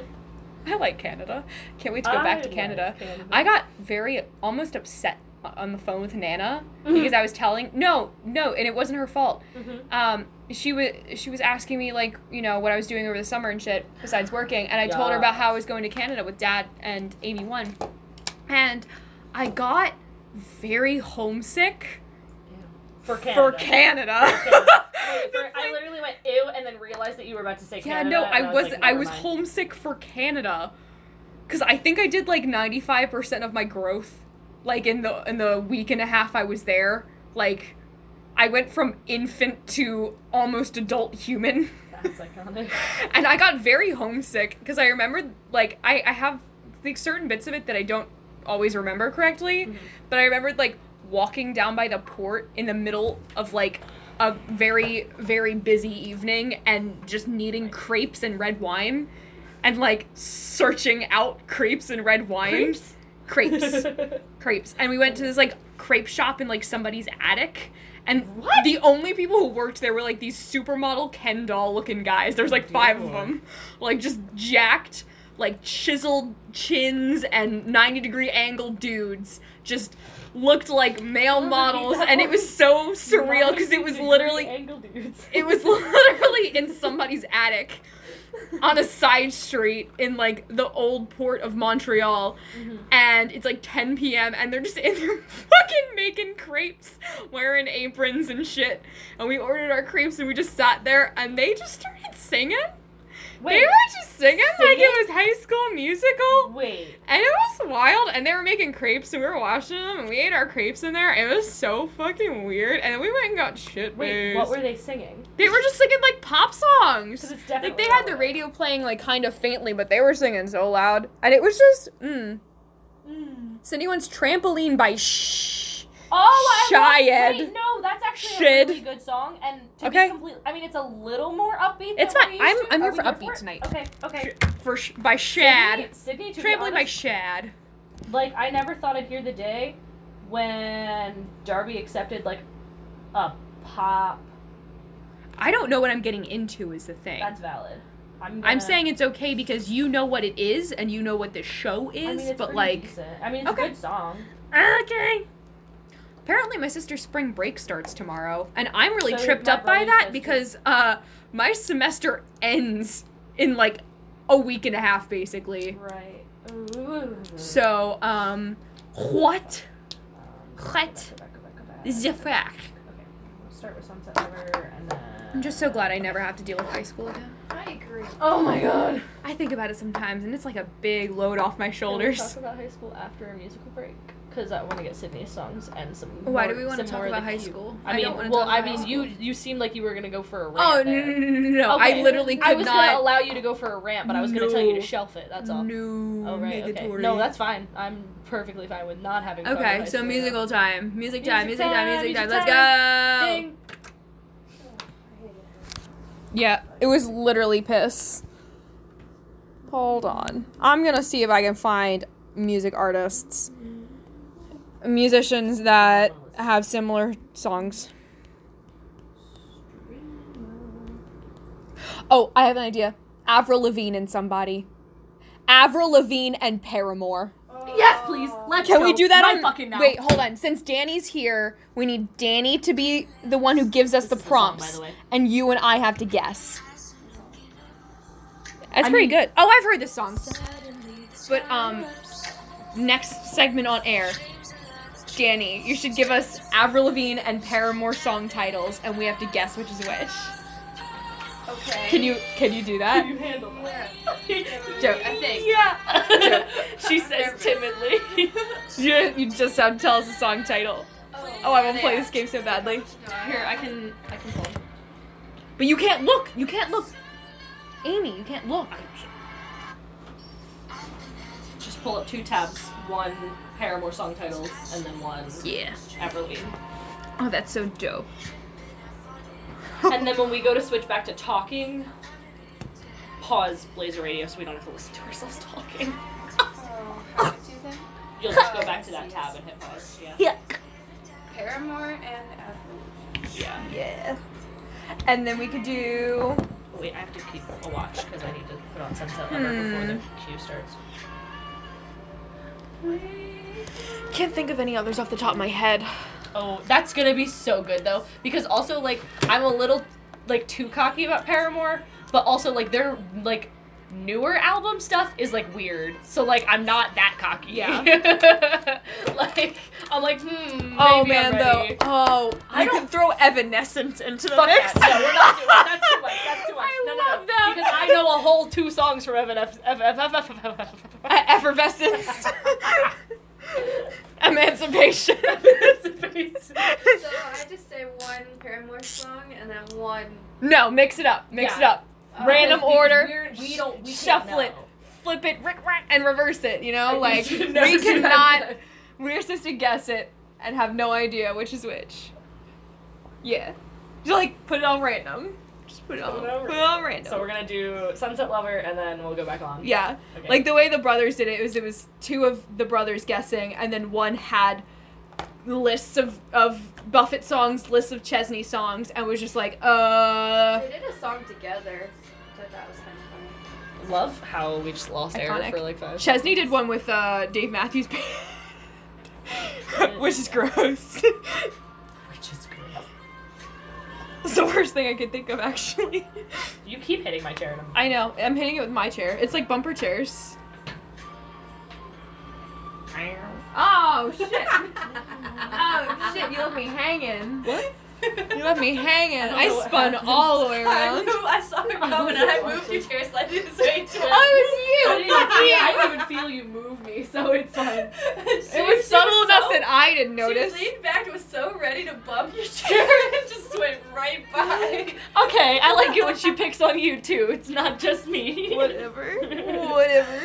S2: I like Canada. Can't wait to go
S4: I
S2: back to
S4: like
S2: Canada.
S4: Canada.
S2: I got very almost upset on the phone with Nana because I was telling no, no, and it wasn't her fault.
S4: Mhm.
S2: Um, she was she was asking me like you know what I was doing over the summer and shit besides working, and I told her about how I was going to Canada with Dad and Amy one, and I got very homesick
S4: For
S2: for
S4: Canada.
S2: Canada.
S4: Wait, for- I literally went ew and then realized that you were about to say
S2: Yeah,
S4: Canada.
S2: no,
S4: and
S2: I
S4: was
S2: was
S4: like,
S2: I
S4: never
S2: was
S4: mind.
S2: homesick for Canada, cause I think I did like ninety five percent of my growth, like in the in the week and a half I was there. Like, I went from infant to almost adult human,
S4: That's iconic.
S2: and I got very homesick because I remembered like I I have like certain bits of it that I don't always remember correctly, but I remembered like walking down by the port in the middle of like a very very busy evening and just needing crepes and red wine and like searching out crepes and red wine crepes crepes and we went to this like crepe shop in like somebody's attic and
S4: What?
S2: the only people who worked there were like these supermodel Ken doll looking guys. There's like five of them, like just jacked, like chiseled chins and 90 degree angle dudes. Just looked like male models, and it was so surreal because it was
S4: 90
S2: literally
S4: angle dudes.
S2: it was literally in somebody's attic on a side street in like the old port of Montreal.
S4: Mhm.
S2: And it's like 10 p.m. and they're just in there fucking making crepes, wearing aprons and shit. And we ordered our crepes and we just sat there and they just started singing. they
S4: Wait.
S2: were just singing, like it was High School Musical.
S4: Wait.
S2: And it was wild, and they were making crepes, and we were washing them, and we ate our crepes in there. It was so fucking weird. And then we went and got shit
S4: Wait,
S2: boozed.
S4: what were they singing?
S2: They were just singing like pop songs.
S4: 'Cause it's
S2: Like
S4: definitely
S2: they had
S4: not
S2: the
S4: right.
S2: radio playing like kind of faintly, but they were singing so loud, and it was just mm. Cindy wants trampoline by Shh.
S4: Oh, I
S2: Shyed.
S4: love, wait, no, that's actually
S2: Shid.
S4: a really good song, and to
S2: Okay.
S4: be complete, I mean, it's a little more upbeat.
S2: It's
S4: than
S2: fine.
S4: what I used
S2: I'm-
S4: to-
S2: I'm here
S4: oh,
S2: for
S4: you're
S2: upbeat tonight.
S4: Okay, okay.
S2: For sh- by Shad.
S4: Sydney, Sydney to be
S2: Trampoline by
S4: honest,
S2: Shad.
S4: like I never thought I'd hear the day when Darby accepted like a pop.
S2: I don't know what I'm getting into is the thing.
S4: That's valid. I'm. Gonna,
S2: I'm saying it's okay because you know what it is and you know what this show
S4: I
S2: is,
S4: mean, it's
S2: but
S4: pretty
S2: like
S4: decent. I mean, it's
S2: Okay.
S4: a good song.
S2: okay. Apparently, my sister's spring break starts tomorrow, and I'm really
S4: So
S2: tripped
S4: my
S2: up by
S4: brother's
S2: that
S4: sister.
S2: because uh, my semester ends in like a week and a half, basically.
S4: Right. Ooh.
S2: So, um, what?
S4: Um,
S2: What
S4: go back, go back, go back.
S2: is the fuck?
S4: Okay, we'll start with Sunset River, and then.
S2: I'm just so glad I never have to deal with high school again.
S1: I agree.
S4: Oh my god.
S2: I think about it sometimes, and it's like a big load off my
S4: Can we
S2: shoulders.
S4: talk about high school after a musical break because I want to get Sydney's songs and some.
S2: Why
S4: more-
S2: do we want to
S4: some
S2: talk
S4: more of
S2: about
S4: the
S2: high
S4: cute-
S2: school?
S4: I mean,
S2: don't wanna
S4: well,
S2: talk
S4: I
S2: about high
S4: mean,
S2: school.
S4: you you seemed like you were gonna go for a rant.
S2: Oh no
S4: there.
S2: no no no! no. I
S4: Okay.
S2: literally could
S4: I was
S2: not.
S4: gonna allow you to go for a rant, but I was gonna tell you
S2: No.
S4: to shelf it. That's all.
S2: No.
S4: oh right, okay.
S2: negatory.
S4: No, that's fine. I'm perfectly fine with not having. fun with high
S2: Okay, so
S4: school right now.
S2: musical time. Music time, music
S4: Music
S2: time,
S4: time,
S2: music time. Let's
S4: music
S2: go.
S4: Ding.
S2: Yeah, it was literally piss. Hold on. I'm going to see if I can find music artists musicians that have similar songs. Oh, I have an idea. Avril Lavigne and somebody. Avril Lavigne and Paramore.
S4: Yes, please. Let's
S2: Can
S4: go.
S2: we do that
S4: right
S2: on
S4: fucking now.
S2: Wait, hold on. Since Danny's here, we need Danny to be the one who gives us the
S4: is the song,
S2: prompts,
S4: by the way.
S2: and you and I have to guess. That's
S4: I
S2: pretty
S4: mean-
S2: good. Oh, I've heard this song. But um, next segment on air, Danny, you should give us Avril Lavigne and Paramore song titles, and we have to guess which is which.
S1: Okay.
S2: Can you can you do that?
S4: you handle that?
S1: Where?
S2: Joke.
S1: I think.
S3: Yeah.
S2: She says
S1: Nervous.
S2: timidly. you, you just have to tell us the song title. Oh, I won't play this game so badly.
S1: Here, I can. I can pull.
S2: But you can't look. You can't look. Amy, you can't look.
S4: Just pull up two tabs, one Paramore song titles, and then one
S2: Yeah.
S4: Everly.
S2: Oh, that's so dope.
S4: and then when we go to switch back to talking, pause Blazer Radio so we don't have to listen to ourselves talking.
S1: Oh, how do you think?
S4: You'll just go back to that tab and hit pause. Yeah.
S1: Paramore and Avril.
S4: Yeah.
S2: Yeah. And then we could do.
S4: Wait, I have to keep a watch because I need to put on Sunset Lover before the cue starts.
S2: Can't think of any others off the top of my head.
S4: Oh, that's gonna be so good though, because also like I'm a little like too cocky about Paramore, but also like their like newer album stuff is like weird. So like I'm not that cocky. Yeah. like I'm like hmm.
S2: Oh
S4: maybe I'm
S2: man,
S4: ready.
S2: though. Oh, I
S4: don't-
S2: can throw Evanescence into the
S4: Fuck
S2: mix.
S4: that. No, we're not doing that. That's too much. That's too much.
S2: I
S4: no, no,
S2: love
S4: no.
S2: them.
S4: Because I know a whole two songs from Evan.
S2: E- effervescence. Emancipation.
S1: So I just say one Paramore song and then one. uh,
S2: no, mix it up. Mix it
S4: Yeah.
S2: up. Random
S4: Because
S2: order.
S4: we're- We don't. We
S2: shuffle
S4: can't
S2: it,
S4: know.
S2: flip it, rick, rack, and reverse it. You know, like
S4: You should never
S2: we
S4: do
S2: cannot.
S4: that.
S2: We're supposed to guess it and have no idea which is which. Yeah, just like put it all random. Just put it all,
S4: it all
S2: put it all random.
S4: So we're gonna do Sunset Lover, and then we'll go back on.
S2: yeah,
S4: Okay.
S2: like the way the brothers did it was it was two of the brothers guessing, and then one had lists of of Buffett songs, lists of Chesney songs, and was just like, uh.
S1: They did a song together, but that was kind of funny.
S4: love how we just lost
S2: Iconic.
S4: air for like five.
S2: Chesney did one with uh, Dave Matthews Band, which is gross.
S4: Which is good.
S2: it's the worst thing I could think of, actually.
S4: You keep hitting my chair. And I'm-
S2: I know. I'm hitting it with my chair. It's like bumper chairs. Oh shit! oh shit! You left me hanging. What? You left me hanging. I,
S4: know what
S2: spun
S4: happened.
S2: all the way
S1: I,
S2: around.
S1: knew, I saw it coming and I moved your chair slightly this way too.
S2: Oh,
S4: I
S2: it
S4: didn't, even feel, I
S2: was
S4: didn't even feel you move me, so it's fine.
S2: you. It was subtle enough that I didn't notice.
S1: She leaned back and was so ready to bump your chair and just went right by.
S4: Okay, I like it when she picks on you too. It's not just me.
S2: Whatever. Whatever.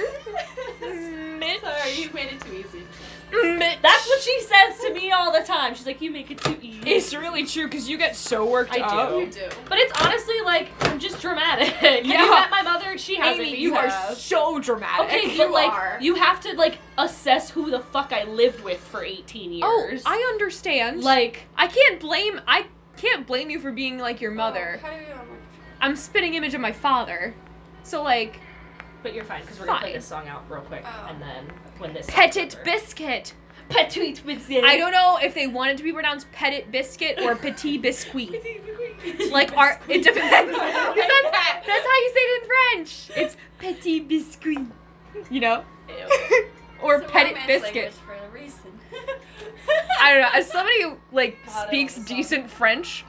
S1: Sorry, you made it too easy.
S4: That's what she says to me all the time. She's like, "You make it too easy."
S2: It's really true because you get so worked
S4: I do.
S2: up.
S1: You do.
S4: But it's honestly like I'm just dramatic. Have
S2: Yeah.
S4: you met my mother? She hasn't.
S2: Amy,
S4: but
S2: you are
S4: have.
S2: so dramatic.
S4: Okay,
S1: You
S4: but like
S1: are.
S4: you have to like assess who the fuck I lived with for 18
S2: Oh,
S4: years.
S2: I understand.
S4: like
S2: I can't blame I can't blame you for being like your mother.
S1: Oh, how do you know?
S2: I'm spitting image of my father. So like
S4: but you're fine because we're gonna play
S2: Fine.
S4: this song out real quick
S1: Oh.
S4: and then when this
S2: petit biscuit.
S4: petit biscuit.
S2: I don't know if they wanted to be pronounced petit biscuit or petit biscuit. like are it depends. 'Cause that's, that's how you say it in French. It's petit biscuit. You know? or petit biscuit.
S1: For a reason.
S2: I don't know. As somebody who like
S1: God, I
S2: speaks
S1: love this
S2: decent French,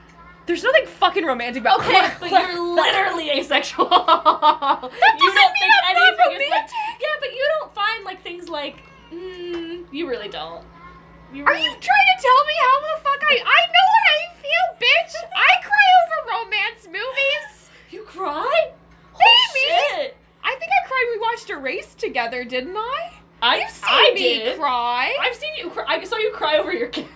S2: there's nothing fucking romantic about.
S4: Okay, but you're literally asexual. that
S2: doesn't mean I'm not romantic.
S4: yeah, but you don't find like things like mm, you really don't. You
S2: Are you trying to tell me how the fuck I I know what I feel, bitch? I cry over romance movies.
S4: you cry?
S2: Amy,
S4: Shit.
S2: I think I cried. when We watched a race together, didn't I?
S4: I
S2: You've seen
S4: I
S2: me
S4: did.
S2: cry.
S4: I've seen you cry. I saw you cry over your kid.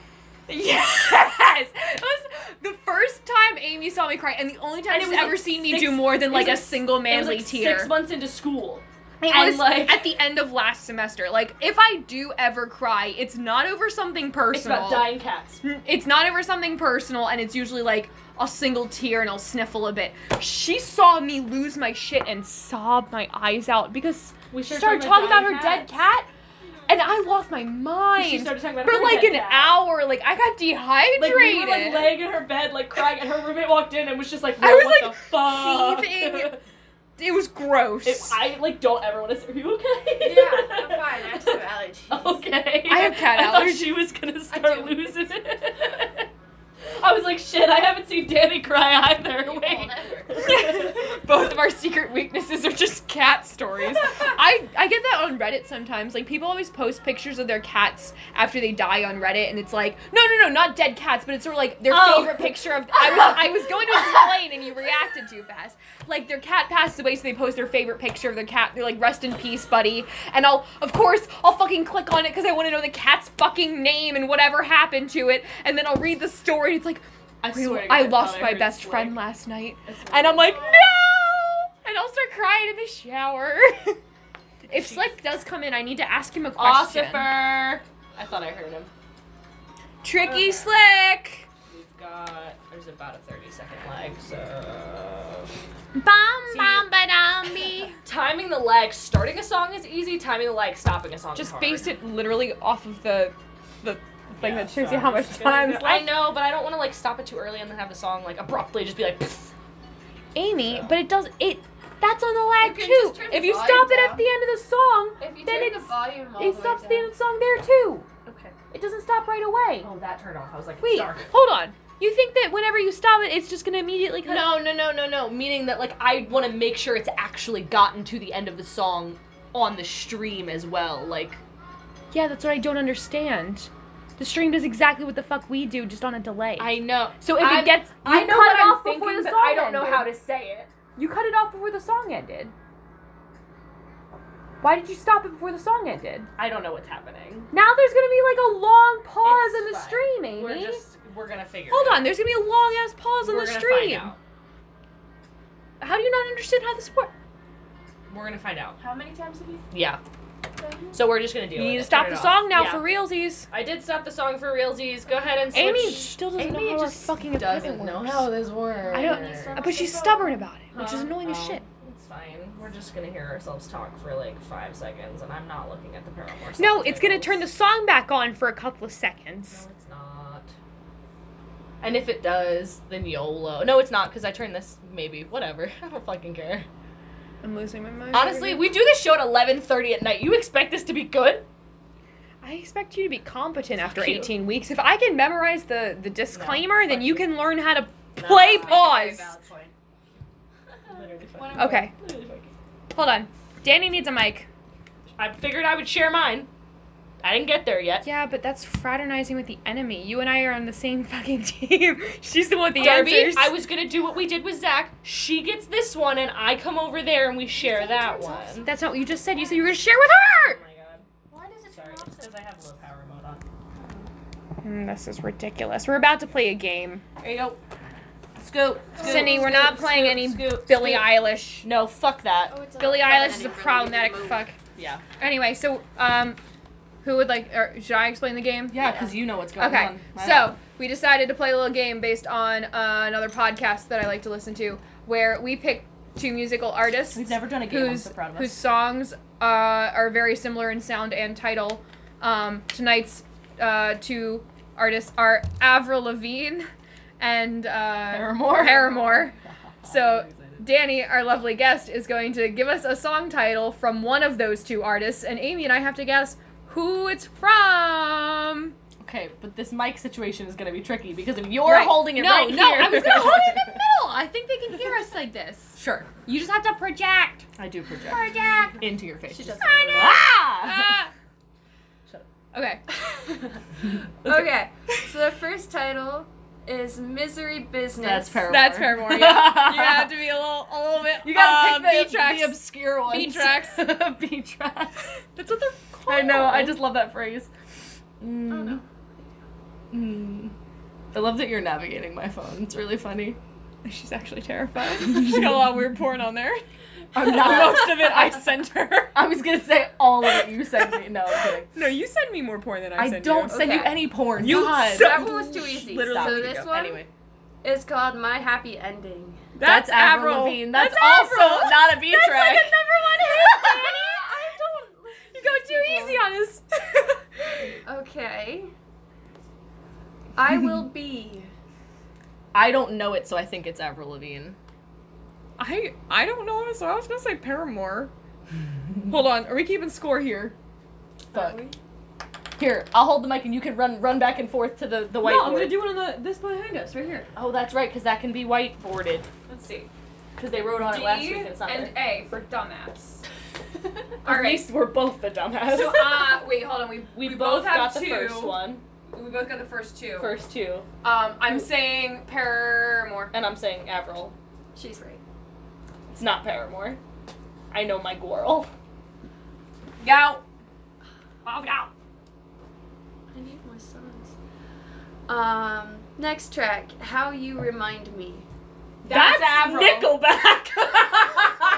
S2: yes, it was the first time Amy saw me cry, and the only time
S4: And it
S2: she's
S4: was
S2: ever
S4: like
S2: seen me
S4: six-
S2: do more than
S4: it
S2: like
S4: was
S2: a
S4: like-
S2: single
S4: It was
S2: manly
S4: like
S2: tear.
S4: six months into school.
S2: It
S3: And,
S2: was
S3: like-
S2: at the end of last semester. Like, if I do ever cry, it's not over something personal.
S4: It's about dying cats.
S2: N- it's not ever something personal and it's usually like a single tear and I'll sniffle a bit. She saw me lose my shit and sob my eyes out because
S4: We
S2: she started
S4: started
S2: talking
S4: talking
S2: about
S4: about
S2: her
S4: dying
S2: dead cat and I lost my mind.
S4: She started talking about
S2: for
S4: her
S2: like
S4: dead
S2: an
S4: cat.
S2: hour, like I got
S4: Like we were
S2: dehydrated.
S4: like laying in her bed, like crying, and her roommate walked in and was just like,
S2: I was,
S4: "What
S2: like,
S4: the fuck?"
S2: heaving. it was gross.
S4: It, I like don't ever want to. Say, Are you okay?
S1: Yeah, I'm fine. I just have allergies.
S4: Okay.
S2: I have cat
S4: I thought
S2: allergies.
S4: she was gonna
S1: do.
S4: start losing it. I was like, shit, I haven't seen Danny cry either.
S1: You
S4: Wait.
S1: won't ever.
S2: Both of our secret weaknesses are just cat stories. I, I get that on Reddit sometimes. Like people always post pictures of their cats after they die on Reddit, and it's like, no, no, no, not dead cats, but it's sort of like their
S4: Oh.
S2: favorite picture of. I was I was going to explain, and you reacted too fast. Like their cat passed away, so they post their favorite picture of their cat. They're like, rest in peace, buddy. And I'll of course I'll fucking click on it because I want to know the cat's fucking name and whatever happened to it, and then I'll read the story. And it's like.
S4: I
S2: We-
S4: swear to
S2: I
S4: God,
S2: lost
S4: thought
S2: my
S4: heard
S2: best
S4: slick.
S2: friend last night.
S4: I swear
S2: And
S4: to
S2: I'm like,
S4: God.
S2: no! And I'll start crying in the shower. if Slick does come in, I need to ask him a question.
S4: Ossifer. I thought I heard him.
S2: Tricky
S1: Okay.
S2: Slick!
S4: We've got. There's about a 30 second lag, so.
S2: Bum
S4: See-
S2: bum badambi.
S4: Timing the lag, starting a song is easy. Timing the lag, stopping a song is
S2: Just
S4: hard.
S2: based it literally off of the the thing
S4: Yeah,
S2: that shows
S4: so
S2: you how
S4: I'm
S2: much
S4: just gonna
S2: time's
S4: do-
S2: left.
S4: I know, but I don't want to like stop it too early and then have the song like abruptly just be like. "Pfft."
S2: Amy,
S4: So.
S2: but it does it that's on the lag
S1: You can
S2: too.
S1: just turn
S2: If
S1: the
S2: you
S1: volume
S2: stop it
S1: down.
S2: at the end of the song,
S1: If you
S2: then
S1: turn the
S2: it's
S1: volume all
S2: it
S1: the
S2: stops at the
S1: way
S2: end
S1: down.
S2: of the song there too.
S4: Okay.
S2: It doesn't stop right away.
S4: Oh, that turned off. I was like, it's
S2: Wait,
S4: dark.
S2: hold on. You think that whenever you stop it, it's just gonna immediately cut?
S4: No, no, no, no, no. Meaning that like I want to make sure it's actually gotten to the end of the song on the stream as well. Like
S2: Yeah, that's what I don't understand. The stream does exactly what the fuck we do, just on a delay.
S4: I know.
S2: so if
S4: I'm-
S2: it gets,
S4: I
S2: you
S4: know
S2: cut
S4: what
S2: it
S4: I'm
S2: off before
S4: thinking,
S2: the
S4: but
S2: song
S4: I don't know
S2: ended.
S4: how to say it.
S2: You cut it off before the song ended. Why did you stop it before the song ended?
S4: I don't know what's happening.
S2: Now there's gonna be like a long pause
S4: It's
S2: in the
S4: fine.
S2: stream, Amy.
S4: We're just we're gonna figure.
S2: Hold
S4: it out.
S2: on, there's gonna be a long ass pause in
S4: We're
S2: the
S4: gonna
S2: stream.
S4: Find out.
S2: How do you not understand how this works?
S4: We're gonna find out.
S1: How many times have you
S4: Yeah.
S1: done
S4: So we're just gonna do.
S2: You need to stop the song now for realsies.
S4: I did stop the song for realsies. Go ahead and switch.
S2: Amy still doesn't know how her fucking equipment works.
S3: this works.
S2: I
S1: Huh?
S2: don't, but she's stubborn about it, which is annoying as
S4: Oh,
S2: shit.
S4: It's fine. We're just gonna hear ourselves talk for like five seconds, and I'm not looking at the Paramore.
S2: No,
S4: song
S2: it's gonna
S4: titles.
S2: turn the song back on for a couple of seconds.
S4: No, it's not. And if it does, then YOLO. No, it's not because I turned this. Maybe whatever. I don't fucking care.
S2: I'm losing my mind.
S4: Honestly, we do this show at 11:30 at night. You expect this to be good?
S2: I expect you to be competent after
S4: Cute.
S2: 18 weeks. If I can memorize the the disclaimer, then
S4: fuck
S2: you can learn how to
S4: No,
S2: play
S4: I think
S2: pause.
S4: Literally fucking-
S1: One of
S2: Okay,
S4: literally fucking-
S2: hold on. Danny needs a mic.
S4: I figured I would share mine. I didn't get there yet.
S2: Yeah, but that's fraternizing with the enemy. You and I are on the same fucking team. She's the one with the
S4: Debbie,
S2: answers.
S4: I was gonna do what we did with Zach. She gets this one, and I come over there and we share that one.
S2: that's not what you just said. You said you were gonna share with her.
S4: my god.
S1: Why does it turn
S4: Sorry,
S1: off?
S4: it's because I have low power mode
S2: Mm,
S4: on.
S2: this is ridiculous. We're about to play a game.
S4: There you go. Scoop. scoop
S2: Sydney, we're
S4: scoop,
S2: not playing
S4: scoop,
S2: any
S4: scoop,
S2: Billie
S4: scoop.
S2: Eilish.
S4: No, fuck that.
S1: Oh, it's on.
S2: Billie
S1: Fuck,
S2: Eilish
S1: I
S2: is a
S1: didn't really
S2: problematic
S1: move.
S2: fuck.
S4: Yeah.
S2: Anyway, so um, who would like? Or should I explain the game?
S4: Yeah, because you know what's going
S2: Okay,
S4: on.
S2: so we decided to play a little game based on uh, another podcast that I like to listen to, where we pick two musical artists
S4: we've never done a game. I'm
S2: whose
S4: so proud of us.
S2: whose songs uh, are very similar in sound and title. Um, tonight's uh, two artists are Avril Lavigne and uh,
S4: Paramore.
S2: Paramore. So Danny, our lovely guest, is going to give us a song title from one of those two artists, and Amy and I have to guess who it's from.
S4: Okay, but this mic situation is gonna be tricky because if you're
S2: Right.
S4: holding it
S2: no,
S4: right
S2: no,
S4: here.
S2: I was gonna hold it in the middle. I think they can hear us like this.
S4: Sure,
S2: You just have to project.
S4: I do project
S2: Project.
S4: into your face.
S1: does.
S4: Ah!
S2: Ah.
S4: Shut
S2: Okay. Ah!
S4: Let's go.
S1: Okay, so the first title is Misery Business.
S4: That's Paramore.
S2: That's Paramore. Yeah. you have to be a little, a little bit.
S4: You gotta
S2: uh,
S4: pick
S2: B
S4: the,
S2: tracks.
S4: the obscure ones.
S2: B-tracks.
S4: B tracks.
S2: That's what they're called.
S4: I know. I just love that phrase. Mm.
S1: Oh, no.
S4: Mm. I love that you're navigating my phone. It's really funny.
S2: She's actually terrified. She got a lot of weird porn on there.
S4: I'm not.
S2: Most of it I sent her.
S4: I was gonna say all of it you sent me. No, I'm kidding.
S2: No, you send me more porn than I,
S4: I,
S2: send
S4: don't
S2: you.
S4: send you
S1: Okay.
S4: any porn.
S2: You
S4: God.
S2: suck.
S1: That one was too easy.
S2: Literally
S1: so
S2: there you
S1: this
S2: go.
S1: one
S4: Anyway,
S1: is called My Happy Ending.
S4: that's, Avril Lavigne. That's, also
S2: Avril.
S4: not a B
S2: That's
S4: track.
S2: like a number one hit, Danny.
S1: I don't. listen
S2: You
S1: to
S2: go
S1: these
S2: too
S1: people.
S2: easy on us.
S1: Okay. I will be.
S4: I don't know it, so I think it's Avril Lavigne.
S2: I I don't know, so I was gonna say Paramore. Hold on, are we keeping score here?
S4: Fuck. Here, I'll hold the mic and you can run run back and forth to the the whiteboard.
S2: one on the this behind us right here.
S4: Oh, that's right, because that can be whiteboarded.
S6: Let's see.
S4: Because they wrote on it
S6: D
S4: last week and it's not
S6: and
S4: there.
S6: A for dumbass.
S4: At
S6: All right.
S4: least we're both the dumbass.
S6: So uh, wait, hold on. We
S4: we,
S6: both, have
S4: got
S6: two.
S4: the first one,
S6: We both got the first two.
S4: first two,
S6: Um, I'm saying Paramore.
S4: and I'm saying Avril.
S1: She's right.
S4: It's not Paramore. I know my Goral.
S6: Go. Oh, no.
S1: I need more songs. Um, next track, How You Remind Me.
S6: That's, Avril.
S4: Nickelback.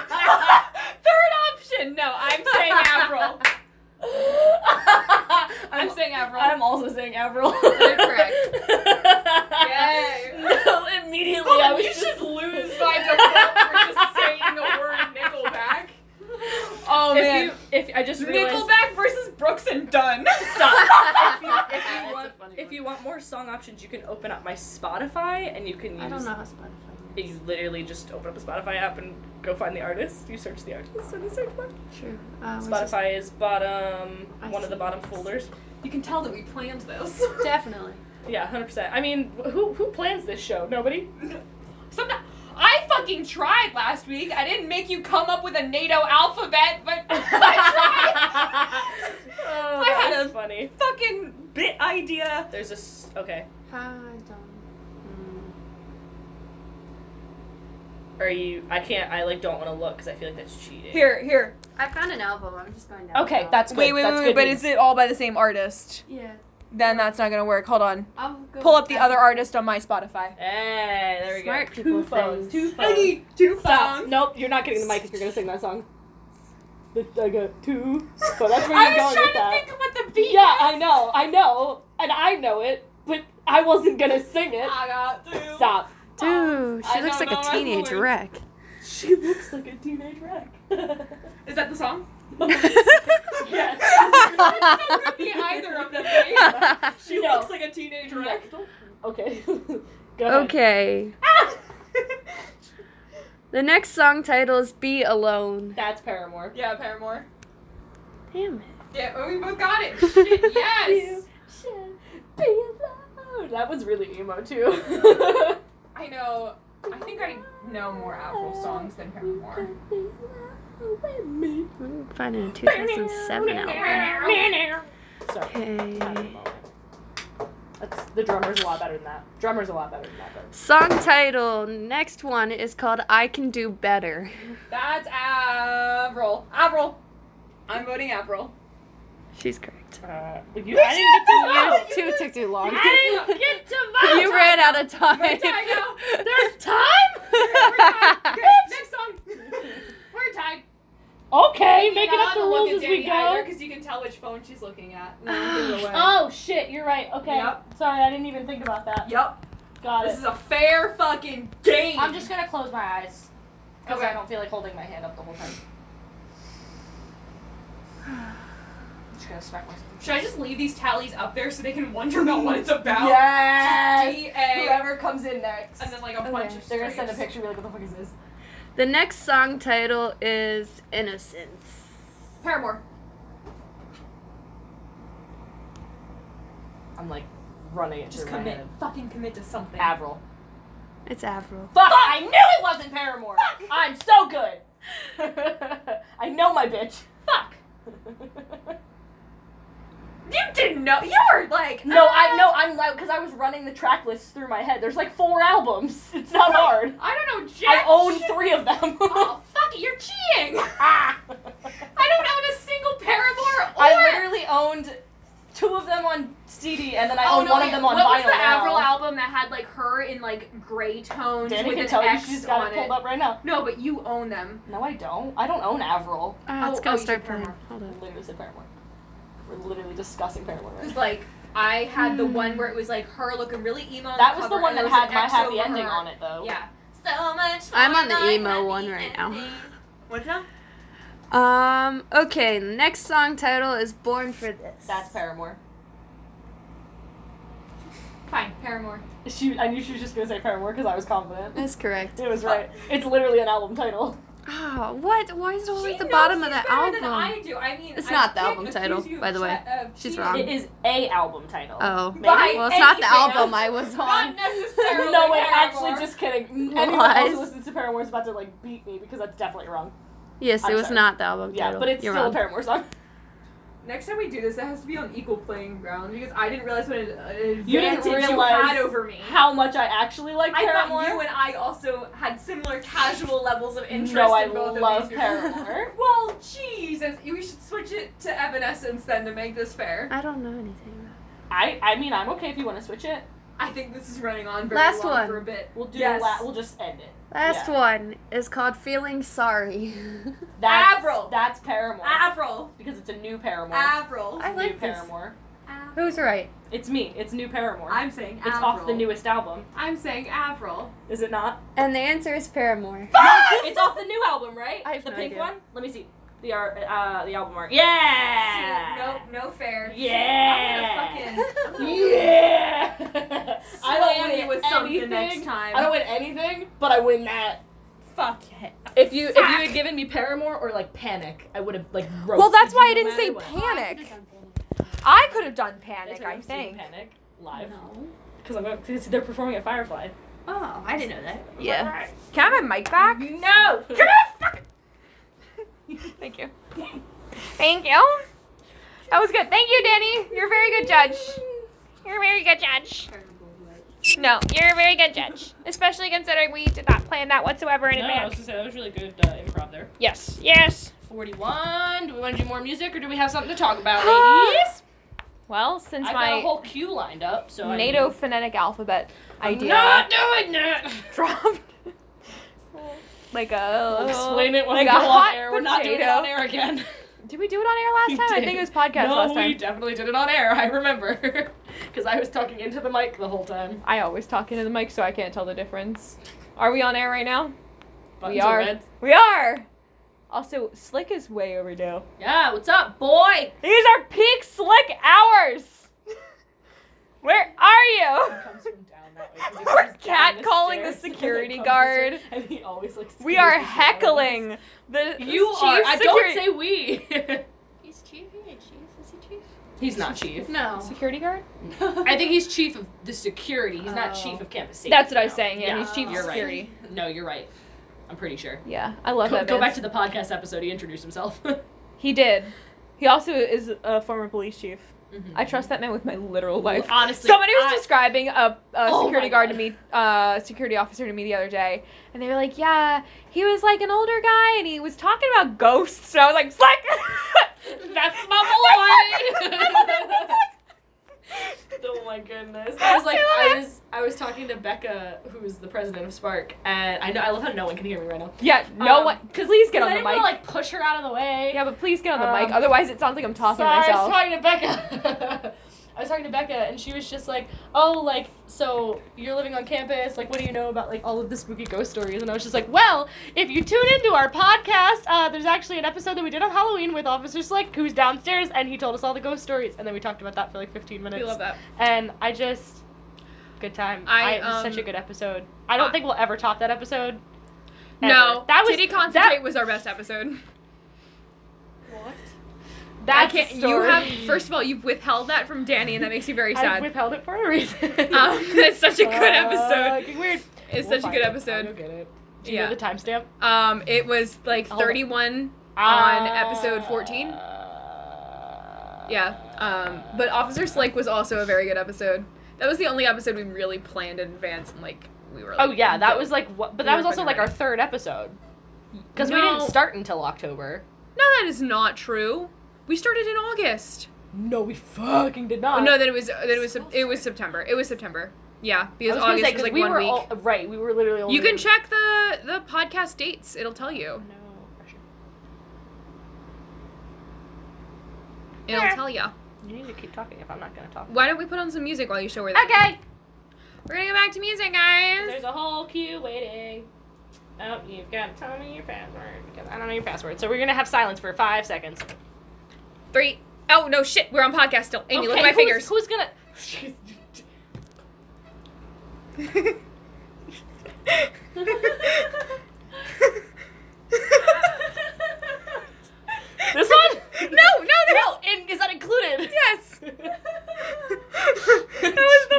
S2: Third option. No, I'm saying Avril.
S4: I'm,
S6: I'm saying Avril.
S4: I'm also saying Avril.
S1: They're correct.
S6: Yay.
S4: No, immediately I was
S6: you
S4: just
S6: should lose by default for just saying the word Nickelback.
S2: Oh
S4: if
S2: man.
S4: you, if I just realized
S2: Nickelback versus Brooks and Dunn.
S4: Stop. if, you, if,
S1: That's
S4: you
S1: a
S4: want,
S1: funny
S4: if
S1: one.
S4: you want more song options, you can open up my Spotify and you can use.
S1: I don't know how Spotify
S4: You literally just open up a Spotify app and go find the artist. You search the artist and the search one.
S1: works. True. Uh, was it-
S4: Spotify is bottom
S1: I
S4: one of the
S1: see.
S4: bottom folders.
S6: You can tell that we planned this.
S1: Definitely.
S4: Yeah, hundred percent. I mean, who who plans this show? Nobody.
S6: Sometimes I fucking tried last week. I didn't make you come up with a NATO alphabet, but I tried.
S4: Oh,
S6: I had
S4: that's
S6: a-
S4: funny.
S6: fucking
S2: Bit idea.
S4: There's a s okay.
S1: How I don't.
S4: Are you? I can't. I like don't want to look because I feel like that's cheating.
S2: Here, here.
S1: I found an album. I'm just going down.
S4: Okay, that's good.
S2: Wait, wait, wait,
S4: that's
S2: wait.
S4: good
S2: But
S4: news.
S2: is it all by the same artist?
S1: Yeah.
S2: Then that's not gonna work. Hold on.
S1: I'll go
S2: Pull up the
S1: back.
S2: other artist on my Spotify.
S4: Hey, Eh, there we
S1: Smart
S4: go.
S1: people
S4: Two phones.
S1: things.
S4: Two
S2: I
S4: phones.
S2: need two
S4: Stop.
S2: phones.
S4: Nope, you're not getting the mic if you're gonna sing that song. The- I got two. So that's where
S6: I
S4: you're
S6: was
S4: going with
S6: trying to
S4: that.
S6: think of what the beat
S4: yeah,
S6: is.
S4: I know, I know, and I know it, but I wasn't gonna sing it.
S6: I got two.
S4: Stop.
S1: Dude,
S6: I don't know my words.
S1: wreck.
S4: She looks like a teenage wreck.
S6: Is that the song? Could be either of them. right? She
S4: No.
S6: looks like a teenage wreck.
S4: okay. Go ahead.
S1: okay. The next song title is Be Alone.
S4: That's Paramore.
S6: Yeah, Paramore.
S1: Damn it.
S6: Yeah, oh, we both got it. Shit, yes.
S4: Be alone. That was really emo too.
S6: I know. I think I know more Avril songs than Paramore.
S1: I'm finding a 2007 album.
S4: Sorry.
S1: Okay.
S4: That's, the drummer's a lot better than that. Drummer's a lot better than that. Though.
S1: Song title, next one is called I Can Do Better.
S6: That's Avril. Avril. I'm voting Avril.
S1: She's correct.
S4: Uh, you, I didn't get to
S1: You two took too long.
S6: I didn't get to vote.
S1: You ran out of time.
S6: My time now.
S1: There's time?
S6: Okay, next song. We're tied.
S4: Okay, making up the
S6: Not look
S4: rules
S6: at
S4: as we
S6: Danny either,
S4: go.
S6: Because you can tell which phone she's looking at. and then you give it away.
S4: Oh shit, you're right. Okay.
S6: Yep.
S4: Sorry, I didn't even think about that.
S6: Yup.
S4: Got
S6: This
S4: it.
S6: is a fair fucking game.
S4: I'm just gonna close my eyes. Because
S6: Okay.
S4: I don't feel like holding my hand up the whole time. I'm just gonna smack myself.
S6: Should I just leave these tallies up there so they can wonder about what it's about?
S4: Yes!
S6: D A.
S4: Whoever comes in next.
S6: And then like a bunch of.
S4: They're gonna send a
S6: stripes.
S4: picture and be like, what the fuck is this?
S1: The next song title is Innocence.
S6: Paramore.
S4: I'm like running it
S6: Just
S4: through my
S6: commit.
S4: head.
S6: Fucking commit to something.
S4: Avril.
S1: It's Avril.
S4: Fuck, I knew it wasn't Paramore. I'm so good. I know my bitch. Fuck.
S6: You didn't know. You were like.
S4: no, I no, I'm loud because I was running the track list through my head. There's like four albums. It's not hard.
S6: I don't know,
S4: I
S6: Jack.
S4: own three of them.
S6: Oh, fuck it, you're cheating.
S4: Ah.
S6: I don't own a single Paramore or.
S4: I literally owned two of them on CD and then I
S6: Oh,
S4: owned
S6: no,
S4: one
S6: wait,
S7: Oh,
S4: of them on
S6: what
S4: vinyl.
S6: was the Avril
S4: now.
S6: album that
S7: had like her in like gray tones
S4: Danny
S7: with
S4: can
S7: an
S4: tell you
S7: X
S4: she's got
S7: on
S4: it
S7: it.
S4: pulled up right now.
S7: No, but you own them.
S4: No, I don't. I don't own Avril.
S1: Ah, it's
S7: Oh,
S1: gonna
S7: oh, you
S1: start
S7: did
S1: burning.
S7: Paramore.
S1: Hold on.
S4: I literally said Paramore. We're literally discussing Paramore. Right
S7: Cause
S4: now.
S7: like I had the one where it was like her looking really emo. on
S4: That was the
S7: cover, and
S4: one
S7: there
S4: that
S7: was
S4: had
S7: an
S4: my
S7: X
S4: happy
S7: over
S4: ending
S7: her.
S4: on it, though.
S7: Yeah. So much.
S1: I'm
S7: fun,
S1: on the emo
S7: happy
S1: one right now.
S7: ending. What's that?
S1: Um, okay, the next song title is Born for This.
S4: That's Paramore.
S7: Fine, Paramore.
S4: She, I knew she was just gonna say Paramore because I was confident.
S1: That's correct.
S4: It was right. It's literally an album title.
S1: Oh, what? Why is it always
S7: She
S1: at the
S7: knows
S1: bottom of
S7: these
S1: the
S7: better Than
S1: album?
S7: I do. I mean,
S1: It's
S7: I
S1: not the
S7: can't
S1: album
S7: accuse
S1: title,
S7: you
S1: by the
S7: of
S1: way.
S7: che- of
S1: She's
S7: cheating.
S1: wrong.
S4: It is a album title.
S1: Um, Oh.
S4: Maybe.
S7: By
S1: Well, it's not the
S7: anything else.
S1: album I was on.
S7: Not necessarily.
S4: no, wait,
S7: Paramore.
S4: actually, just kidding. Anyone
S1: Lies.
S4: else who listens to Paramore is about to, like, beat me because that's definitely wrong.
S1: Yes, it
S4: I'm
S1: was
S4: sorry.
S1: not the album
S4: Yeah,
S1: title.
S4: but it's
S1: You're
S4: still
S1: wrong.
S4: a Paramore song.
S7: Next time we do this, it has to be on equal playing ground because I didn't realize what an advantage
S4: You
S7: you,
S4: didn't
S7: had
S4: realize
S7: over me.
S4: How much I actually like
S7: I
S4: Paramore.
S7: thought you and I also had similar casual levels of interest
S4: No, I
S7: in both
S4: love
S7: of these people.
S4: Paramore.
S7: well, Jesus, we should switch it to Evanescence then to make this fair.
S1: I don't know anything.
S4: I, I mean, I'm okay if you want to switch it.
S7: I think this is running on very
S1: Last
S7: long
S1: one.
S7: for a bit.
S4: We'll do
S7: Yes.
S4: la- We'll just end it.
S1: Last
S4: Yeah.
S1: one is called Feeling Sorry.
S4: That's,
S7: Avril.
S4: That's Paramore.
S7: Avril,
S4: because it's a new Paramore.
S7: Avril,
S1: I
S4: New
S1: like this.
S4: Paramore.
S7: Avril.
S1: Who's right?
S4: It's me. It's new Paramore.
S7: I'm saying
S4: it's
S7: Avril.
S4: off the newest album.
S7: I'm saying Avril.
S4: Is it not?
S1: And the answer is Paramore.
S4: It's off the new album, right?
S1: I have
S4: the
S1: no
S4: pink
S1: idea.
S4: one. Let me see. The art, uh, the album art. Yeah.
S7: See, no, no fair.
S4: Yeah.
S7: I'm gonna fucking.
S4: Yeah. I
S7: slam
S4: don't win
S7: you with
S4: anything.
S7: something next time.
S4: I don't win anything, but I win that.
S2: Fuck it.
S4: If you if you
S7: Fuck.
S4: had given me Paramore or like Panic, I would have like. Roasted
S2: Well, that's why I
S4: you no
S2: didn't say
S4: matter what.
S2: panic. I could have done panic.
S4: That's why
S2: I
S4: I'm seeing
S2: think.
S4: Panic live because I'm because they're performing at Firefly.
S7: Oh, I didn't know that.
S1: Yeah.
S2: Can I have my mic back?
S4: No.
S2: Come here, fuck it. Thank you. Thank you. That was good. Thank you, Danny. You're a very good judge. You're a very good judge. No, you're a very good judge, especially considering we did not plan that whatsoever in
S4: No, I
S2: advance.
S4: was gonna say that was really good uh, improv there.
S2: Yes, yes.
S4: Forty-one. Do we want to do more music or do we have something to talk about, ladies?
S2: Yes. Well, since
S4: I got a
S2: my
S4: whole queue lined up, so I
S2: NATO phonetic alphabet
S4: I'm
S2: idea
S4: not doing that.
S2: dropped, like a
S4: I'll explain it when
S2: like
S4: I
S2: a
S4: go on
S2: Oh, hot
S4: air. We're not doing it
S2: potato.
S4: on air again.
S2: Did we do it on air
S4: We
S2: last time? I
S4: did.
S2: think it was podcast
S4: no,
S2: last
S4: we
S2: time.
S4: definitely did it on air. I remember because I was talking into the mic the whole time.
S2: I always talk into the mic, so I can't tell the difference. Are we on air right now?
S4: Buttons
S2: are.
S4: red.
S2: We are. Also, Slick is way overdue.
S4: Yeah, what's up, boy?
S2: These are peak Slick hours. Where are you?
S4: comes from down that way, 'cause he
S2: We're
S4: comes down
S2: catcalling the
S4: stairs, and it
S2: security
S4: comes this way,
S2: guard.
S4: and he always like.
S2: We are
S4: squeezes his arms.
S2: heckling the
S4: You
S2: chief
S4: are. I don't
S2: security-
S4: say we.
S1: He's chief. He's chief. Is he chief?
S4: he's not chief.
S1: No.
S2: security guard.
S4: I think he's chief of the security. He's
S1: Oh.
S4: not chief of campus safety.
S2: That's what I was
S4: no.
S2: saying. Yeah, he's chief of
S4: you're right.
S2: security.
S4: No, you're right. I'm pretty sure.
S2: Yeah, I love
S4: Go,
S2: that.
S4: go
S2: man.
S4: back to the podcast episode. He introduced himself.
S2: He did. He also is a former police chief.
S4: Mhm.
S2: I trust that man with my literal life.
S4: Honestly,
S2: Somebody was
S4: I-
S2: describing a, a
S4: Oh
S2: security
S4: my
S2: guard
S4: God.
S2: to me, uh, security officer to me the other day, and they were like, "Yeah, he was like an older guy, and he was talking about ghosts." And I was like, "Slick,
S4: That's my boy!
S2: boy."
S4: Oh my goodness. I was like,
S2: I love
S4: I was, I was talking to Becca, who's the president of Spark, and I know I love how no one can hear me right now.
S2: yeah, no
S4: Um,
S2: one. Please get
S4: Because
S2: on
S4: I
S2: the
S4: didn't
S2: mic.
S4: want to like push her out of the way.
S2: yeah, but please get on the mic.
S4: Um,
S2: Otherwise, it sounds like I'm talking
S4: so
S2: to
S4: I was
S2: myself.
S4: talking to Becca. I was talking to Becca, and she was just like, "Oh, like, so you're living on campus. Like, what do you know about like all of the spooky ghost stories?" And I was just like, "Well, if you tune into our podcast, uh, there's actually an episode that we did on Halloween with Officer Slick, who's downstairs, and he told us all the ghost stories, and then we talked about that for like 15 minutes.
S7: that.
S4: And I just, good time. I,
S2: I,
S4: it was such a
S2: um,
S4: good episode. I don't
S2: I-
S4: think we'll ever top that episode. Ever.
S2: that was Titty
S4: Concentrate
S2: was our best episode.
S4: That story.
S2: First of all, you've withheld that from Danny, and that makes you very Um,
S4: I withheld it for a reason.
S2: that's such a
S4: Fucking weird.
S2: It's
S4: We'll find it. I don't get it. Do you
S2: Yeah.
S4: know the timestamp?
S2: Um, it was like
S4: Hold on.
S2: 31.
S4: On
S2: episode 14? Yeah. Um, but Officer Slake was also a very good episode. That was the only episode we really planned in advance, and like we were. Like,
S4: Oh yeah, that was like what, but
S2: We
S4: that
S2: were
S4: was also
S2: fucking
S4: like our
S2: ready.
S4: third episode. Because we
S2: No.
S4: didn't start until October.
S2: No, that is not true. We started in August.
S4: No, we fucking did not.
S2: Oh, no, that it was that it was Sep- it was September. It was September. Yeah,
S4: I
S2: because
S4: was gonna
S2: August
S4: say,
S2: was
S4: 'cause
S2: like
S4: we
S2: one
S4: were
S2: week.
S4: all- right. We were literally. Only
S2: you can check the the podcast dates. It'll tell you.
S4: No pressure.
S2: It'll
S4: Yeah.
S2: tell you.
S4: You need to keep talking if I'm not gonna talk.
S2: Why don't we put on some music while you show her that?
S4: Okay.
S2: We're gonna go back to music, guys.
S4: There's a whole queue waiting. Oh, you've got to tell me your password because I don't know your password. So we're gonna have silence for five seconds.
S2: Three. Oh no, shit. We're on podcast still. Amy, look at my
S4: Okay,
S2: fingers.
S4: who's- Who's gonna?
S2: this
S4: one?
S2: No, no, no.
S4: No, in, is that included?
S2: Yes. that was the worst.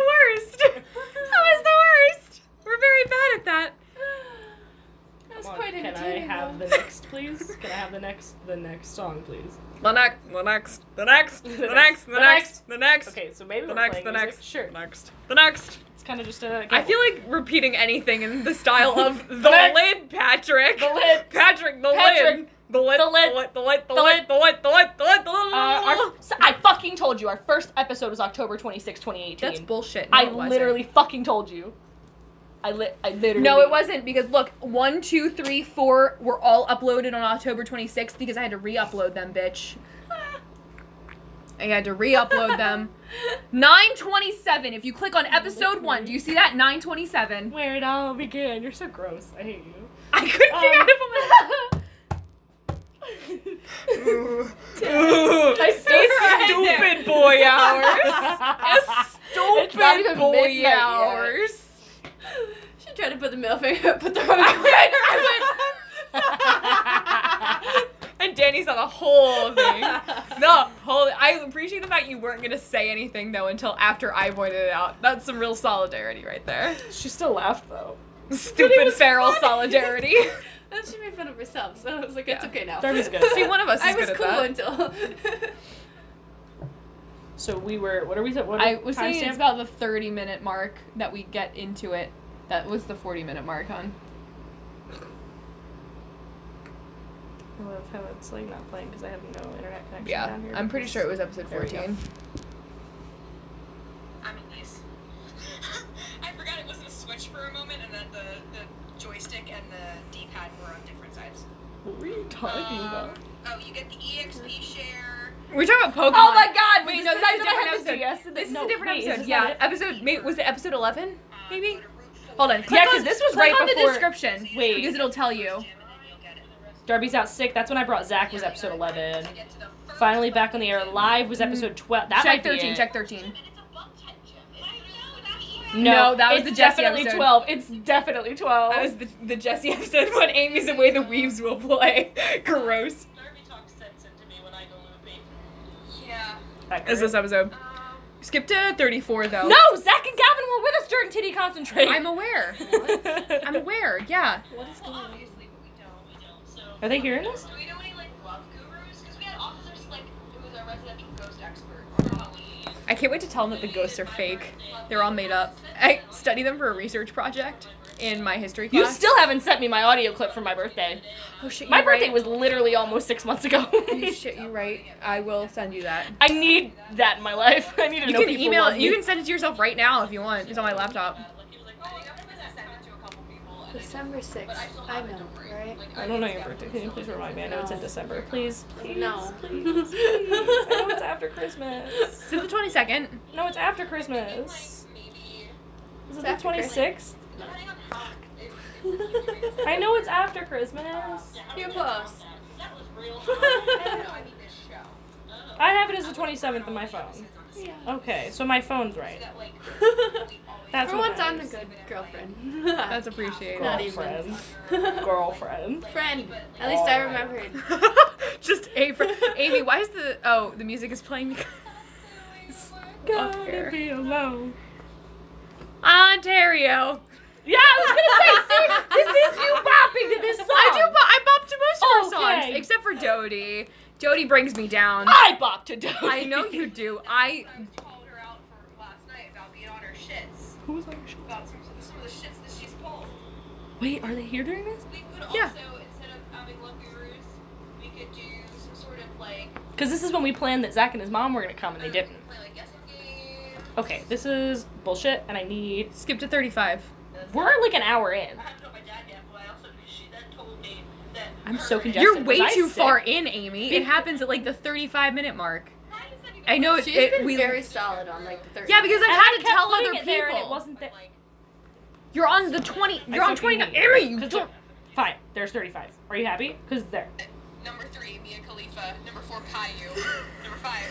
S2: That was the worst. We're very bad at that.
S6: That was
S4: Come on,
S6: quite
S4: Can I
S6: entertaining,
S4: have
S6: though.
S4: the next, please? Can I have the next, the next song, please?
S2: The next, the next, the next,
S4: The next, the next,
S2: the next,
S4: Okay, so maybe
S2: the
S4: we're
S2: next,
S4: playing
S2: the
S4: music.
S2: next,
S4: Sure,
S2: the next, the next.
S4: it's kind of just a.
S2: I feel like repeating anything in the style of the
S4: next.
S2: lid, Patrick.
S4: The lid.
S2: Patrick. The
S4: Patrick.
S2: lid. The lid.
S4: The lid.
S2: The lid. The lid.
S4: The
S2: The lid. The lid. The lid. The lid.
S4: Uh, our, so I fucking told you. Our first episode was October twenty sixth, 2018.
S2: That's bullshit. No,
S4: I
S2: it wasn't.
S4: literally fucking told you. I lit. I literally.
S2: No, it wasn't because look, one, two, three, four were all uploaded on October 26th because I had to re-upload them, bitch. I had to re-upload them. 927. If you click on episode one, do you see that? 927.
S4: Where it all began. You're so gross. I hate you.
S2: I couldn't figure
S4: Um,
S2: out if I'm.
S4: I still cried
S2: stupid boy hours.
S4: It's not even
S2: Stupid
S4: midnight
S2: boy
S4: yet.
S2: hours.
S1: She tried to put the middle finger up, but the wrong
S2: I went. I went. And Danny saw the whole thing. No, whole. I appreciate the fact you weren't gonna say anything though until after I pointed it out. That's some real solidarity right there.
S4: She still laughed though.
S2: Stupid feral solidarity.
S1: Well, she made fun of herself, so I was like, it's
S2: Yeah.
S1: okay now.
S4: Darby's good.
S2: See, one of us is
S1: I was
S2: good
S1: cool
S2: at that.
S1: until.
S4: So we were. What are we? What are
S2: I was
S4: time
S2: saying it's about the 30 minute mark that we get into it. That was the 40 minute mark on.
S4: I love how it's like not playing because I have no internet connection
S2: Yeah,
S4: down here.
S2: I'm pretty sure it was episode
S4: There we
S2: 14.
S8: I'm in this. I forgot it wasn't a switch for a moment, and that the, the joystick and the D-pad were on different sides.
S4: What were you talking
S8: Um,
S4: about?
S8: Oh, you get the EXP share.
S2: We're talking about Pokemon.
S4: Oh my God!
S2: Wait,
S4: was
S2: no,
S4: this
S2: that's a
S4: the
S2: different
S4: episode
S2: episode.
S4: yes, and
S2: This is
S4: no,
S2: a different
S4: wait, is
S2: episode.
S4: this
S2: Yeah,
S4: not it?
S2: episode. Maybe, was it episode 11?
S8: Um,
S2: Maybe.
S8: go to route four,
S2: Hold on. Click
S4: Yeah, 'cause
S2: on-
S4: this was
S2: click
S4: right
S2: on the
S4: before-
S2: description.
S4: Wait.
S2: Because it'll tell you.
S8: Jim, and then you'll get it.
S4: Darby's out sick. That's when I brought Zach. Was episode
S8: I
S4: 11.
S8: get to the first
S4: Finally back on the air.
S8: button.
S4: Live was episode 12. That
S2: check
S4: might be
S2: 13.
S4: it.
S2: Check 13.
S8: And it's a bump type, Jim. It's really not
S4: No,
S2: No, that was
S4: it's
S2: the Jesse
S4: definitely
S2: episode.
S4: 12. It's definitely 12.
S2: That was the, the Jesse episode when Amy's away, the weaves will play. Gross.
S8: Darby talks sense into me when I go loopy. Yeah.
S4: That
S2: Is this episode?
S8: Um,
S2: Skip to 34 though.
S4: No, Zach and Gavin were with us during Titty Concentrate.
S2: I'm aware. I'm aware. Yeah.
S8: what is going on? Obviously, but we don't. We don't. So.
S4: Are they hearing us?
S8: Do we know any like love gurus? Because we had officers like who was our residential ghost expert for Halloween.
S2: I can't wait to tell them that the ghosts are fake. They're all made up. I study them for a research project in my history class.
S4: You still haven't sent me my audio clip for my birthday.
S2: Oh shit.
S4: My
S2: you're right.
S4: birthday was literally almost six months ago.
S2: You shit, you're right. I will send you that.
S4: I need that in my life. I need to
S2: You
S4: know
S2: can
S4: people
S2: email.
S4: love me.
S2: You can send it to yourself right now if you want. It's on my laptop.
S8: "Oh,
S1: December 6th. I know, right?
S4: I don't know your birthday. Can you please remind me? I know it's in
S1: No.
S4: December. Please, please,
S1: No.
S4: please, please. I know it's after Christmas.
S2: Is it the twenty second?
S4: No, it's after Christmas. Is it the
S1: after
S4: twenty
S1: Christmas.
S4: sixth? I know it's after Christmas.
S1: You're close.
S8: That was real. I don't know. I need this show.
S4: I have it as the twenty seventh on my phone.
S1: Yeah.
S4: Okay, so my phone's right.
S8: That like
S4: That's
S1: For
S4: what
S1: once,
S4: I
S1: I'm a
S4: was-
S1: good girlfriend.
S2: That's appreciated.
S1: Not even.
S4: girlfriend. Girlfriend.
S1: Friend. At least I remembered.
S2: Just a for Amy. Why is the oh the music is playing?
S4: Gotta be alone.
S2: Ontario.
S4: Yeah, I was gonna say, see, this is you bopping to this song.
S2: I do. bo- I bop to most of her
S4: Okay. Oh!
S2: songs except for Dodie. Dodie brings me down.
S4: I bopped to Dodie.
S2: I know you do. I
S8: I called her out for last night about being on her shits.
S4: Who was on your show?
S8: About some, some of the shits that she's pulled.
S4: Wait, are they here during this?
S8: We could also,
S2: Yeah.
S8: instead of having love gurus, we could do some sort of like.
S4: Because this is when we planned that Zach and his mom were gonna come and they
S8: uh,
S4: didn't.
S8: Play like guessing game.
S4: Okay, this is bullshit, and I need.
S2: Skip to 35.
S4: We're like an hour in.
S8: I haven't told my dad yet, but I also she then told me that.
S4: I'm
S8: her
S4: so
S8: and-
S4: congested.
S2: You're
S4: was
S2: way
S4: I
S2: too
S4: sick?
S2: far in, Amy. It happens at like the 35 minute mark.
S8: Why does that even
S2: I know it.
S1: She's
S2: Oh, it
S1: been
S2: we,
S1: very solid on like the third.
S2: yeah, because I've
S4: And
S2: had
S4: I
S2: to
S4: kept
S2: tell
S4: putting
S2: other
S4: it there, and it
S2: people.
S4: wasn't there.
S8: Like,
S2: You're on the 20.
S4: I
S2: You're on
S4: still think
S2: 29.
S4: we
S2: Amy,
S4: need-
S2: you
S4: 'cause
S2: don't.
S4: look, Fine, there's 35. Are you happy? Because there.
S8: number three, Mia Khalifa. Number four, Caillou. number five,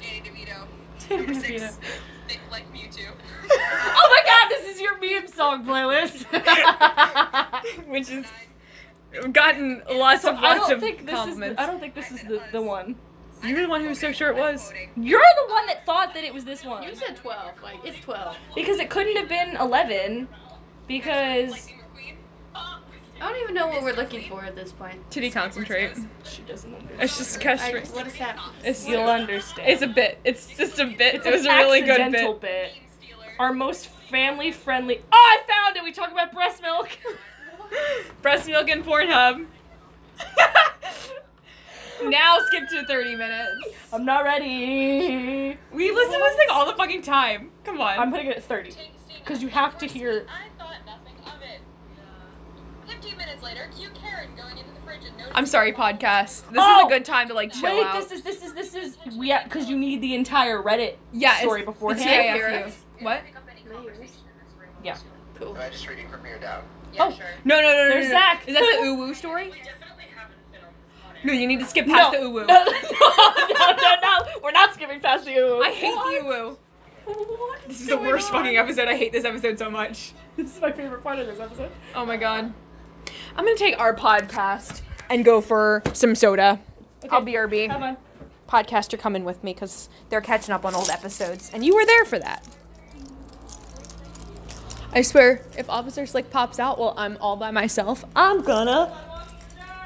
S8: Danny DeVito. Number six, Nick, like Mewtwo.
S4: Oh my god, this is your meme song playlist.
S2: Which is
S8: Nine,
S2: gotten lots of
S4: I
S2: lots
S4: don't
S2: of
S4: think this is.
S2: compliments.
S4: The, I don't think this is the, the one.
S2: You're the one who was so sure it was.
S4: You're the one that thought that it was this one
S1: You said twelve. Like it's twelve.
S4: because it couldn't have been 11 because
S8: Lightning McQueen.
S1: I don't even know what we're looking for at this point.
S2: Titty concentrate.
S4: she doesn't understand.
S2: It's just castrate.
S1: I, what is happening?
S2: It's,
S4: You'll understand.
S2: it's a bit. It's just a bit.
S4: It's
S2: it was
S4: an
S2: a really good
S4: accidental
S2: bit.
S4: bit.
S8: Team Stealer.
S4: Our most family friendly. Oh, I found it. We talk about breast milk.
S2: Breast milk and Pornhub. now skip to 30 minutes.
S4: I'm not ready.
S2: We listen to this thing all the fucking time. Come on.
S4: I'm putting it at 30. Because you have to hear.
S8: I thought nothing of it. Fifteen minutes later, cute Karen going into the fridge and noticing.
S2: I'm sorry, podcast. This is
S4: Oh!
S2: a good time to like chill
S4: Wait,
S2: out.
S4: this is this is this is yeah. Because you need the entire Reddit
S2: yeah,
S4: story
S2: it's,
S4: beforehand.
S2: It's
S1: Yeah,
S2: TIFU. What?
S8: Pick up any
S1: Layers.
S8: conversation in this room.
S4: Yeah.
S1: Cool.
S9: Can I just read it from here down?
S8: Yeah,
S4: Oh.
S8: sure.
S2: No, no, no, no, no.
S4: There's
S2: no.
S4: Zach.
S2: Is that the uwu story?
S8: We definitely haven't been on this on air.
S2: No, you need to skip past
S4: no,
S2: the uwu.
S4: No, no, no, no, no. We're not skipping past the uwu.
S2: I hate the uwu.
S4: What
S2: This
S4: is
S2: is the
S4: going
S2: worst
S4: on?
S2: fucking episode. I hate this episode so much.
S4: Oh This is my favorite part of this episode.
S2: Oh my god. I'm gonna take our podcast and go for some soda. I'll BRB.
S4: Come on.
S2: podcaster coming with me because they're catching up on old episodes, and you were there for that. I swear, if Officer Slick pops out while I'm all by myself, I'm gonna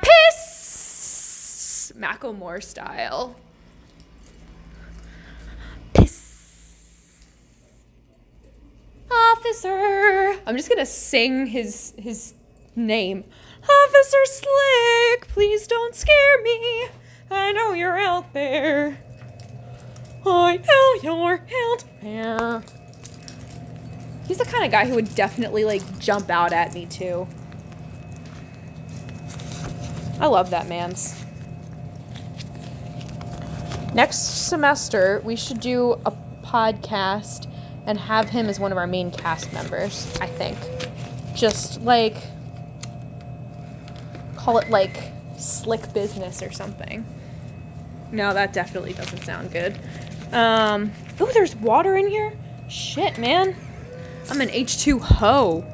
S2: piss Macklemore style. Piss, Officer. I'm just gonna sing his his name. Officer Slick, please don't scare me. I know you're out there. I know you're out there. He's the kind of guy who would definitely like jump out at me too. I love that man's. Next semester, we should do a podcast and have him as one of our main cast members, I think. Just like call it like slick business or something. No, that definitely doesn't sound good. Um, oh, there's water in here. Shit, man. I'm an H2 ho.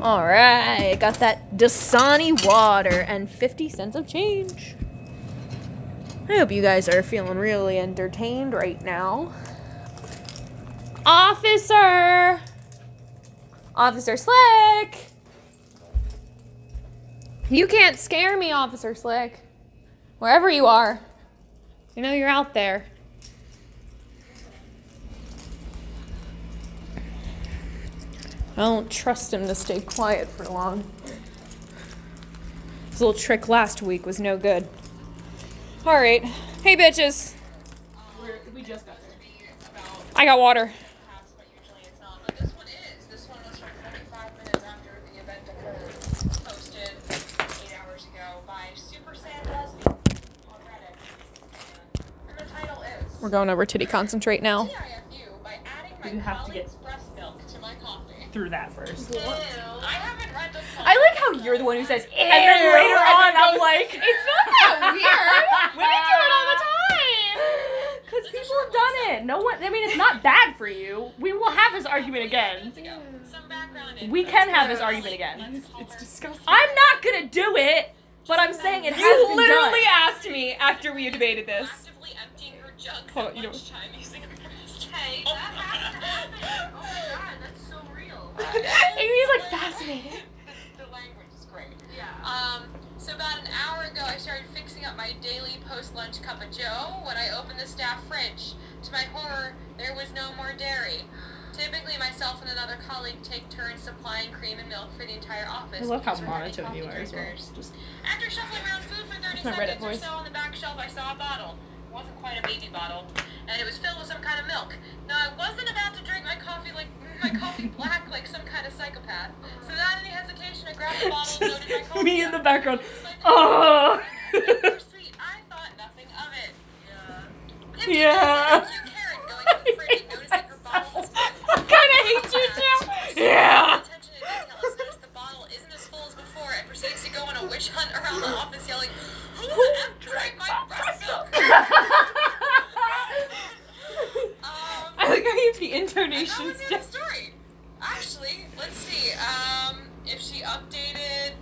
S2: All right, got that Dasani water and 50 cents of change. I hope you guys are feeling really entertained right now. Officer! Officer Slick! You can't scare me, Officer Slick. Wherever you are, you know you're out there. I don't trust him to stay quiet for long. His little trick last week was no good. Alright. Hey, bitches.
S4: We just got there.
S2: I got water.
S8: That's what usually it's not. But this one is. This one was from 45 minutes after the event occurred, posted eight hours ago by Super Sam Busby on Reddit. And the title is
S2: We're going over titty concentrate now.
S8: TIFU by adding my
S4: You have to get-
S8: colleague's breast milk to my coffee.
S4: Through that first.
S8: I haven't read this one.
S2: I like how you're the one who says, and
S4: then later on, I'm
S2: like, it's not that weird. Women do it all the time.
S4: Because people have done it. No one. I mean, it's not bad for you. We will have this argument again.
S8: Some background info.
S4: We can have this argument again.
S8: It's just
S4: I'm not gonna do it, but I'm saying it has
S2: You
S4: been
S2: literally
S4: done.
S2: asked me after we debated this.
S8: actively emptying her jugs
S2: Hold
S8: at
S2: on, you don't-
S8: lunchtime using her breast. Okay,
S4: Oh
S8: that has to happen. Oh my god, that's so real.
S4: Amy's like fascinated.
S8: the language is great. Yeah. Um, so about an hour ago, I started fixing up my daily post-lunch cup of joe when I opened the staff fridge. To my horror, there was no more dairy. Typically, myself and another colleague take turns supplying cream and milk for the entire office. because we're heavy coffee drinkers.
S4: Just
S8: After shuffling around food for 30
S4: my Reddit
S8: seconds or
S4: voice.
S8: so on the back shelf, I saw a bottle. wasn't quite a baby bottle, and it was filled with some kind of milk. Now I wasn't about to drink my coffee like my coffee black like some kind of psychopath. So without any hesitation, I grabbed the bottle and loaded my coffee.
S10: Me in
S8: up.
S10: the background.
S8: Slightly
S10: Oh.
S8: bittersweet. I thought nothing of it. Yeah.
S10: Yeah.
S8: You, Karen, going to the fridge and noticing her bottle is full.
S10: I kind of hate you too. Yeah.
S8: Attention to detail is noticed the bottle isn't as full as before and proceeds to go on a witch hunt around the office yelling, Who the F drank my breast milk? um,
S2: I like how you have the
S8: that
S2: intonations
S8: was the end of the story. Actually, let's see um, if she updated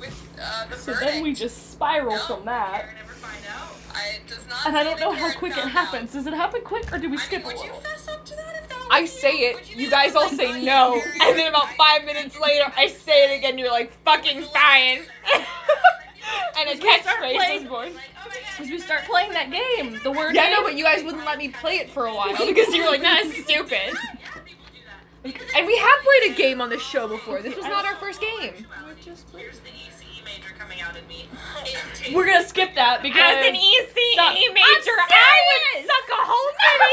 S8: with uh, the
S10: So
S8: verdict.
S10: then we just spiral
S8: no,
S10: from that,
S8: Karen never find out. I it does not.
S10: and I
S8: say
S10: don't
S8: that
S10: know how
S8: Karen
S10: quick it
S8: found out.
S10: happens. Does it happen quick, or do we
S8: I
S10: skip
S8: mean,
S10: a
S8: would you
S10: little?
S8: fess up to that if that was
S2: I
S8: you?
S2: say
S8: Would
S2: it,
S8: you
S2: you
S8: be
S2: guys all
S8: like, "Oh,
S2: say
S8: yeah,
S2: no,
S8: Karen,
S2: and then about
S8: I-
S2: five minutes later, I say it again. You're like fucking fine, and a catchphrase is born.
S8: Because
S4: Because we start playing that game, the word
S2: Yeah, I
S4: game.
S2: know, but you guys wouldn't let me play it for a while because you were like, "Nah, it's stupid." And we have played a game on this show before. This was not our first game.
S8: Here's the ECE major coming out in me. It
S10: We're gonna skip that because
S2: As an ECE
S10: Stop.
S2: major, I would suck a whole penny.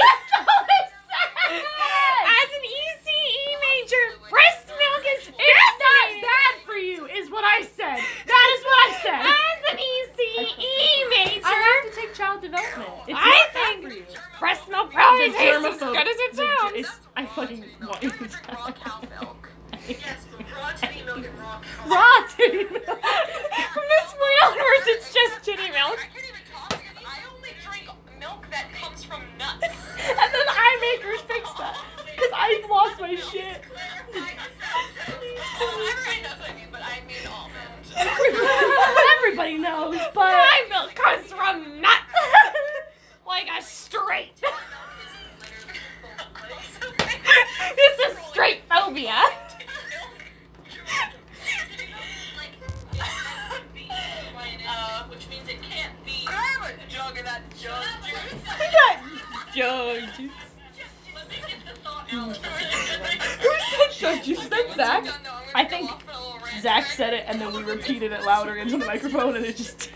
S2: As an ECE E major, breast milk is
S4: It's not
S2: fascinating.
S4: bad for you, is what I said. That is what I said.
S2: As an ECE major,
S4: I have to take child development. It's
S2: I
S4: not bad
S2: think
S4: for you.
S2: breast milk probably
S4: The
S2: tastes as
S4: germaphobe.
S2: good as it
S4: The ge-
S2: sounds.
S4: it's- I fucking want
S8: you
S4: you
S8: to drink raw cow milk. Yes, but raw titty milk and raw cow
S4: Raw titty milk.
S2: From this point onwards, it's just titty milk.
S8: I can't even talk because I only drink milk that comes from nuts.
S4: And then I make her fix that. Because I lost my shit.
S8: Everyone knows what I mean, but I mean almond.
S4: Everybody knows, but.
S2: My milk comes from nuts, like a straight. This is straight phobia.
S8: Uh, which means it can't be. Grab a jug of that jug juice.
S2: Judge.
S8: Let's get the thought out.
S4: Judge, you said
S8: Once
S4: Zach?
S8: you're done, though, I'm gonna
S4: I
S8: go
S4: think
S8: off on a little rant.
S4: Zach said it, and then we repeated it louder into the microphone, and it just.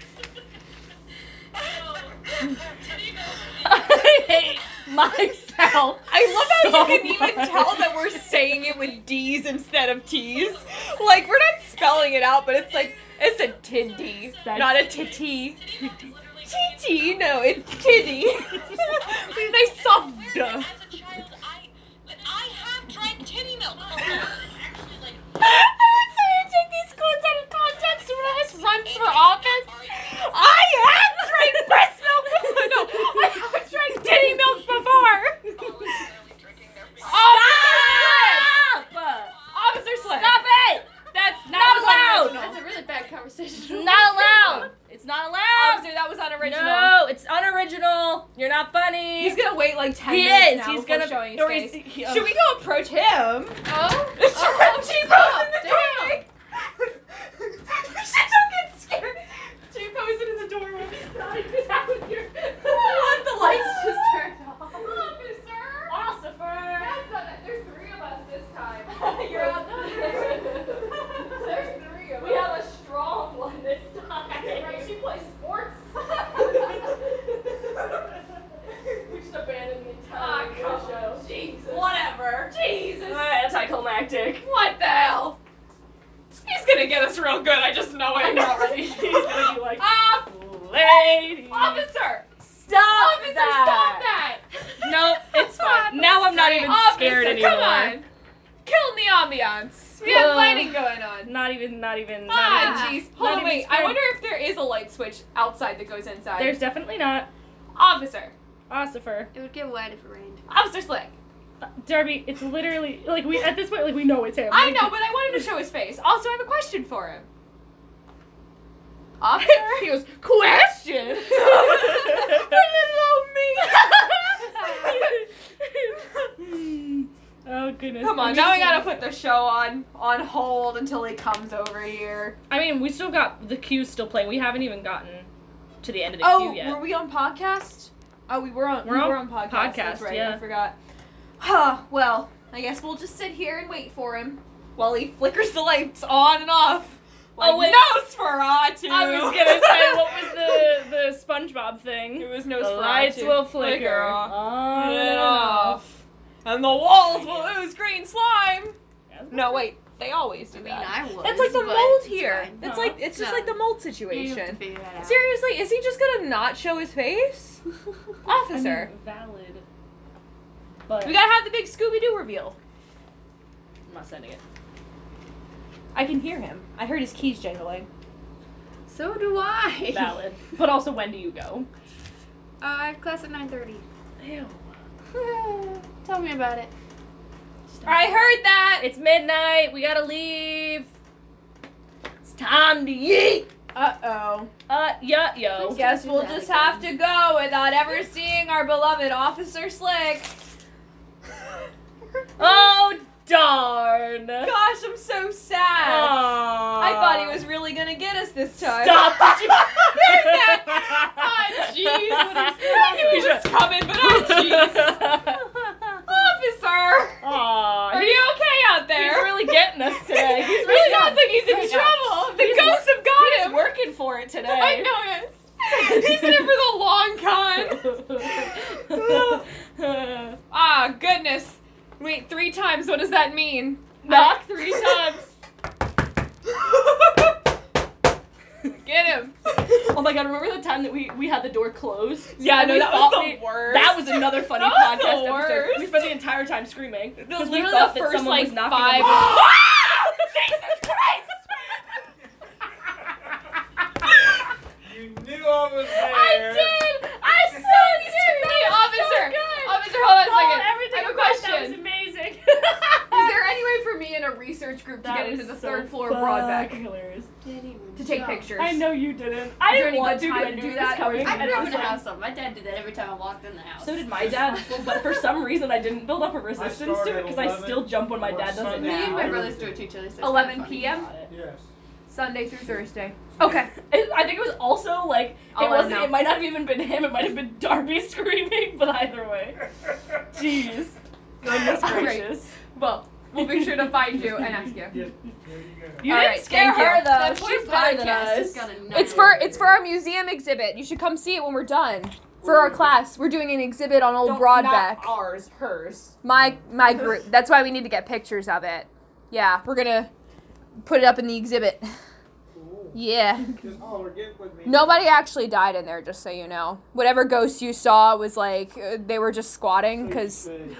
S4: I hate myself.
S2: I love how
S4: so
S2: you can even
S4: much.
S2: tell that we're saying it with D's instead of T's. Like we're not spelling it out, but it's like it's a tiddy, not a titty. Titty, no, it's tiddy. nice soft duh.
S8: As a child, I, I have drank titty milk. Actually, like,
S2: I would say you take these quotes out of context when I just runs for office. I have drank breast milk. before- No, I have drank titty milk before.
S8: voluntarily drinking their blood.
S2: Officer Slip! Officer Slip! Stop it! That's not allowed.
S1: That's a really bad conversation.
S2: Not allowed.
S4: It's not allowed.
S2: Officer, that was unoriginal.
S4: No, it's unoriginal. You're not funny.
S2: He's gonna wait like ten
S4: He
S2: minutes
S4: is.
S2: now
S4: He's
S2: before
S4: gonna-
S2: showing his
S4: or
S2: face.
S4: he's- he- um,
S2: Should we go approach him?
S1: Oh,
S2: It's
S1: oh,
S2: Chipo's
S1: up.
S2: in the doorway. she don't get scared. Chipo's in the doorway. Get out here. the lights just turned off. Officer. That's not it. There's three of us this time. You're outnumbered. There's three of us. We have a strong one this time. Right? She plays sports. we just abandoned the
S1: Ah,
S2: entire show. Jesus. Whatever. Jesus.
S10: anticlimactic.
S2: What the hell? He's gonna get us real good, I just know it.
S10: I'm not ready. He's gonna be like,
S2: Ah,
S10: lady.
S2: officer!
S4: Stop
S2: Officer, stop that!
S4: No, it's fine. Now I'm not even
S2: Officer,
S4: scared anymore.
S2: Come on! Killing the ambiance. We have
S4: Ugh.
S2: lighting going on.
S4: Not even. Not even. Not
S2: Ah,
S4: even-
S2: jeez. Hold
S4: not
S2: on,
S4: even
S2: wait. I
S4: scared.
S2: wonder if there is a light switch outside that goes inside.
S4: There's definitely not.
S2: officer.
S4: Ossifer.
S1: It would get wet if it rained.
S2: Officer Slick.
S4: Derby, it's literally like we at this point like we know it's him.
S2: I
S4: Like,
S2: know, but I want him to show his face. Also, I have a question for him. Officer? he goes, question?
S4: Hmm. Oh goodness.
S2: Come on,
S4: I'm
S2: now we
S4: just-
S2: gotta put the show on on hold until he comes over here.
S4: I mean, we still got the queue still playing. We haven't even gotten to the end of the
S2: Oh,
S4: queue yet.
S2: were we on podcast? Oh, we were on.
S4: We're
S2: we
S4: on
S2: were on podcast. That's
S4: podcast,
S2: right.
S4: yeah.
S2: I forgot. Huh. Well, I guess we'll just sit here and wait for him while he flickers the lights on and off
S1: Like,
S4: Oh, wait.
S1: Nosferatu.
S4: I was gonna say, what was the the SpongeBob thing?
S1: It was
S4: The
S1: Nosferatu.
S4: lights will flicker
S1: on
S4: on
S1: and
S4: and off.
S1: off. And the walls will ooze green slime. No, wait. They always do
S11: I mean,
S1: that.
S11: I was.
S2: That's like the
S11: but
S2: mold
S11: it's
S2: here.
S11: fine.
S2: It's
S4: Huh.
S2: like it's just
S11: No.
S2: like the mold
S11: You have to
S2: situation.
S11: figure that out.
S2: Seriously, is he just gonna not show his face? Officer.
S4: valid. But
S2: We gotta have the big Scooby Doo reveal.
S4: I'm not sending it.
S2: I can hear him. I heard his keys jangling.
S12: So do I. Uh,
S4: Valid. but also, when do you go?
S12: I have Uh, class at nine thirty.
S4: Ew.
S12: Tell me about it.
S1: I heard that.
S4: It's midnight. We gotta leave. It's time to eat.
S1: Uh oh.
S4: Uh, yeah, yo.
S1: Guess we'll just have to go without ever seeing our beloved Officer Slick.
S4: Oh, darn.
S1: Gosh, I'm so sad. I thought he was really gonna get us this time.
S4: Stop.
S1: Ah, jeez.
S4: I knew he was ah,
S1: coming, but oh, jeez. Officer,
S4: Aw,
S1: are
S4: he's,
S1: you okay out
S4: he's
S1: there?
S4: really getting us today. He's
S1: He
S4: really
S1: sounds like he's in
S4: He's-
S1: trouble. The
S4: he's-
S1: ghosts have got
S4: he's
S1: him.
S4: working for it today.
S1: I noticed. He's in it for the long con.
S4: Oh
S1: Ah, goodness. Wait, three times. What does that mean?
S4: Knock three times.
S1: Get him.
S4: Oh my god, remember the time that we, we had the door closed?
S1: Yeah,
S4: And
S1: no,
S4: we
S1: that
S4: thought
S1: was the
S4: we-
S1: worst.
S4: That was another funny
S1: That was the
S4: podcast episode. We
S1: worst.
S4: spent the entire time screaming. Because we
S1: literally
S4: thought
S1: the
S4: that
S1: first,
S4: someone
S1: like,
S4: was knocking on
S1: five-
S4: the door.
S13: You knew I was there.
S1: did. I so did. Hey, officer. officer, hold on a second. Oh, I have a question.
S4: amazing.
S1: Is there any way for me in a research group to get into the third floor of Broadbeck to take pictures?
S4: I know you didn't. I
S1: Is there
S4: didn't
S1: any
S4: want
S1: good
S4: to, but
S1: time
S4: I
S1: to
S4: knew
S1: do
S4: it was
S1: that, or
S4: coming.
S1: is it
S11: I
S4: and
S11: knew
S4: I
S11: in
S4: was
S11: the
S4: like-
S11: house something. My dad did that every time I walked in the house.
S4: So did my dad, but for some reason I didn't build up a resistance to
S13: started
S4: it because I
S13: 11,
S4: still jump when my
S13: or
S4: dad does it
S13: Sunday.
S11: me and
S4: now.
S11: my brothers do it to each other. So it's kinda
S1: 11
S11: funny.
S1: p.m.
S13: Yes.
S1: Sunday through Thursday. Okay.
S4: It, I think it was also like it
S1: I'll let him
S4: wasn't.
S1: Oh, know.
S4: It might not have even been him. It might have been Darby screaming. But either way, jeez, goodness
S1: All right.
S4: gracious.
S1: Well, we'll be sure to find you and ask you.
S13: Yes. There you go.
S4: You
S1: All
S4: didn't
S1: right,
S4: scare
S1: thank you.
S4: her though.
S1: That
S4: She's
S1: poor
S4: better than
S11: Podcast
S4: us.
S11: just got a
S2: It's for it's for our museum exhibit. You should come see it when we're done. For our class, we're doing an exhibit on old
S4: Don't-
S2: Broadbeck.
S4: Not ours, hers.
S2: My my group. That's why we need to get pictures of it. Yeah, we're gonna put it up in the exhibit.
S13: Ooh.
S2: Yeah.
S13: Just holler, get with me.
S2: Nobody actually died in there, just so you know. Whatever ghosts you saw was like uh, they were just squatting, cause
S13: Ooh,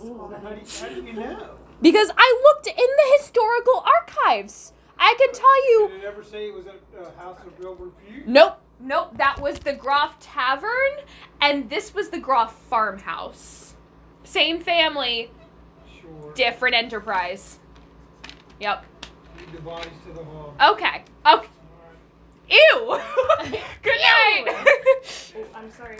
S13: How do you, how do you know?
S2: because I looked in the historical archives. I can tell you.
S13: Did it ever say it was a, a house of real repute?
S2: Nope, nope. That was the Groff Tavern, and this was the Groff Farmhouse. Same family,
S13: Sure.
S2: different enterprise. Yep.
S13: Lead the bodies to the hall.
S2: Okay. Okay.
S13: Alright.
S2: Ew. Good night.
S1: Oh,
S4: I'm sorry.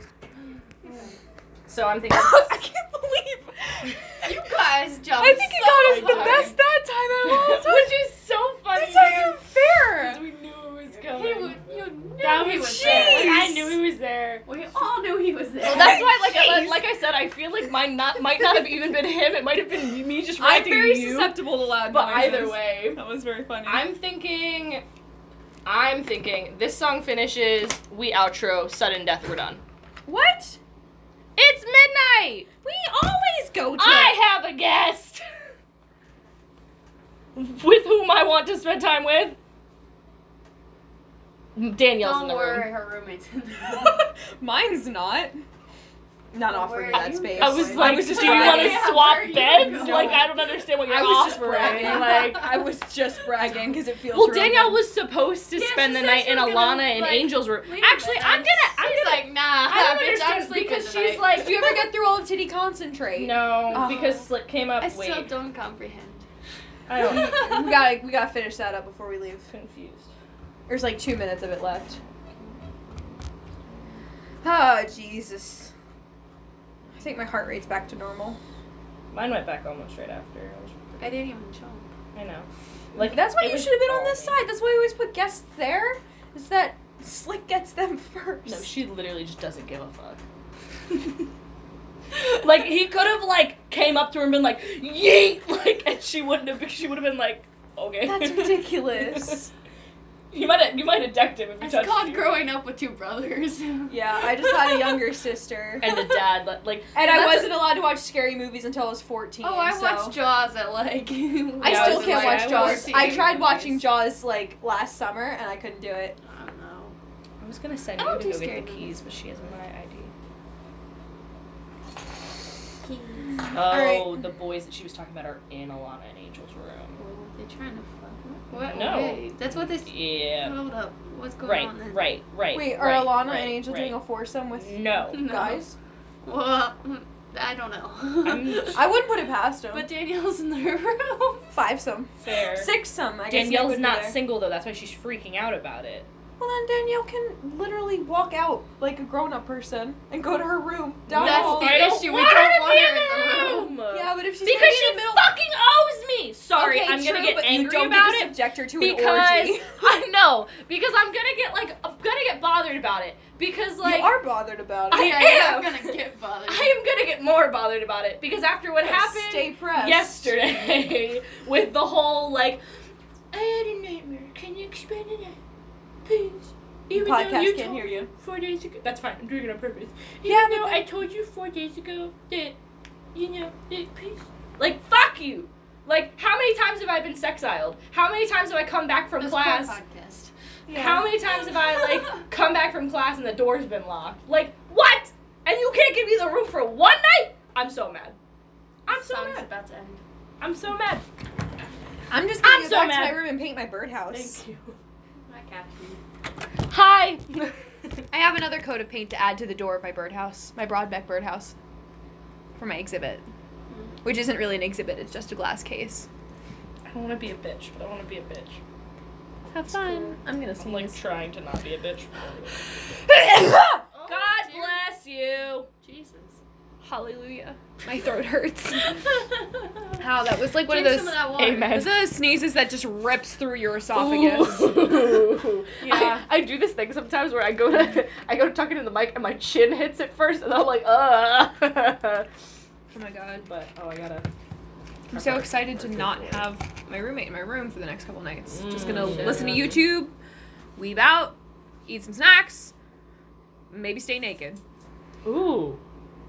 S4: So I'm thinking.
S2: I can't believe
S11: You guys jumped.
S2: I think
S11: so
S2: you got us the
S11: high.
S2: best that time out of all time.
S4: Which is so funny.
S2: That's not even fair.
S4: We knew it was
S13: coming.
S11: He would, you knew
S4: That
S11: he
S4: was
S11: was
S4: jeez.
S11: there. Like,
S4: I knew he was there.
S11: we all knew he was there.
S4: Well, that's why, like, I, like I said, I feel like mine not might not have even been him. It might have been me just
S1: I'm
S4: reacting to
S1: very
S4: you.
S1: susceptible to loud
S4: But
S1: noises.
S4: either way,
S1: That was very funny.
S4: I'm thinking, I'm thinking. This song finishes. We outro. Sudden death. We're done.
S2: What?
S4: It's midnight.
S2: We always go to.
S4: I have a guest. With whom I want to spend time with. Danielle's in
S11: Don't
S4: the room.
S11: worry, her roommate's in there.
S2: Mine's not.
S1: not
S11: Where
S1: offering
S11: are
S1: that
S11: you?
S1: space.
S4: I was like,
S1: I was just
S4: do you want
S1: bragging.
S4: to
S11: Yeah,
S4: swap
S11: where are you
S4: beds?
S11: going?
S4: Like, I don't understand what you're
S1: I was just
S4: offering.
S1: bragging.
S4: Like,
S1: I was just bragging because it feels.
S4: well,
S1: real
S4: Danielle
S1: good.
S4: was supposed to
S11: Yeah,
S4: spend
S11: she
S4: the
S11: said
S4: night
S11: she
S4: in
S11: was
S4: Alana
S11: gonna,
S4: and
S11: like,
S4: Angel's room.
S11: leave
S4: Actually,
S11: the
S4: I'm gonna. I'm
S11: She's
S4: gonna.
S11: like, nah.
S4: I don't
S11: bitch,
S4: understand
S11: I'm sleeping
S4: because
S11: tonight.
S4: she's like,
S1: Do you ever get through all of Titty Concentrate?
S4: no,
S1: Oh.
S4: because Slick came up.
S11: I still
S4: Wait,
S11: don't comprehend.
S4: I don't.
S1: we gotta we gotta finish that up before we leave.
S4: Confused.
S1: There's like two minutes of it left. Oh Jesus! I think my heart rate's back to normal.
S4: Mine went back almost right after. I was-
S11: I didn't even jump.
S4: I know. Like
S1: That's why
S4: it
S1: you
S4: was
S1: should have been on this
S4: falling.
S1: side. That's why we always put guests there. Is that Slick gets them first?
S4: No, she literally just doesn't give a fuck. like he could have like came up to her and been like yeet like and she wouldn't have because she would have been like okay.
S1: That's ridiculous.
S4: you might have you might have decked him if you
S11: It's
S4: touched
S11: called
S4: you.
S11: growing up with two brothers.
S1: yeah, I just had a younger sister.
S4: And the dad, like, like
S2: And I
S4: that's
S2: wasn't allowed to watch scary movies until I was 14.
S1: Oh, I
S2: so-
S1: watched Jaws at like.
S2: I
S4: Yeah, I
S2: still
S4: was
S2: can't
S4: like-
S2: watch
S4: I was
S2: Jaws. I tried
S1: watching
S2: watching
S1: movies.
S2: Jaws like last summer and I couldn't do it.
S11: I don't know.
S4: I was gonna send
S11: I
S4: you
S11: don't
S4: to
S11: do
S4: go
S11: scary
S4: get the
S11: movies.
S4: keys, but she has my ID. Oh,
S2: Alright.
S4: the boys that she was talking about are in Alana and Angel's room.
S11: They're trying to fuck. What?
S4: No.
S11: Okay. That's what they. s-
S4: Yeah.
S11: Hold up. What's going
S4: Right,
S11: on then?
S4: right, right.
S2: Wait, are
S4: right,
S2: Alana
S4: right,
S2: and Angel
S4: right.
S2: doing a foursome with
S4: No.
S11: No.
S2: guys?
S11: Well, mm, I don't know.
S4: I'm
S2: I wouldn't put it past them.
S11: but Danielle's in their room.
S2: Fivesome.
S4: fair.
S2: Sixsome, I guess. Nick would
S4: Danielle's
S2: be
S4: not
S2: there.
S4: single though, that's why she's freaking out about it.
S2: Well, then Danielle can literally walk out like a grown up person and go to her room. Down
S1: That's
S2: the hall.
S1: the
S4: I don't
S1: issue, we
S4: want
S1: don't
S4: her to
S1: want
S4: be
S1: her
S4: in the room.
S2: Yeah, but if she's
S4: because
S2: gonna be
S4: she
S2: in the middle.
S4: fucking owes me. Sorry,
S2: Okay,
S4: I'm
S2: true,
S4: gonna get
S2: but you
S4: angry
S2: don't get
S4: about
S2: to
S4: it
S2: subject her to an
S4: because
S2: orgy.
S4: I know because I'm gonna get like I'm gonna get bothered about it because like
S2: you are bothered about it.
S4: I
S11: yeah,
S4: am.
S11: I'm gonna get bothered.
S4: I am gonna get more bothered about it because after what happened
S2: Stay pressed.
S4: yesterday with the whole like I had a nightmare. Can you explain it, out, please?
S2: The
S4: Even though
S2: podcast
S4: you
S2: can't
S4: told
S2: hear you.
S4: four days ago. That's fine. I'm doing it on purpose. Even
S2: Yeah, but
S4: though I told you four days ago that, you know, that please. Like, fuck you! Like, how many times have I been sexiled? How many times have I come back from
S11: This poor
S4: class?
S11: Podcast.
S4: How many times have I, like, come back from class and the door's been locked? Like, what? And you can't give me the room for one night? I'm so mad. I'm so
S11: Song's
S4: mad.
S11: about to end.
S4: I'm so mad.
S2: I'm just gonna
S4: I'm
S2: go
S4: so
S2: back
S4: mad.
S2: to my room and paint my birdhouse.
S4: you.
S11: Hi, Catherine.
S4: Hi!
S2: I have another coat of paint to add to the door of my birdhouse, my Broadbeck birdhouse, for my exhibit, which isn't really an exhibit; it's just a glass case.
S4: I don't wanna be a bitch, but I wanna be a bitch.
S2: Have fun. I'm gonna
S4: I'm, like, trying to not be a bitch.
S2: Oh,
S4: God bless you!
S11: Jesus.
S2: Hallelujah. My throat hurts. How that was like one
S11: Drink
S2: of
S11: some
S2: those.
S11: of that water.
S2: Amen. Those are those sneezes that just rips through your esophagus.
S4: Ooh.
S2: Yeah.
S4: I, I do this thing sometimes where I go to I go to tuck it in the mic and my chin hits it first and I'm like, uh
S2: Oh my god.
S4: But oh I gotta
S2: I'm so excited to not have my roommate in my room for the next couple nights. Just gonna
S4: Mm.
S2: listen to YouTube, weeb out, eat some snacks, maybe stay naked.
S4: Ooh.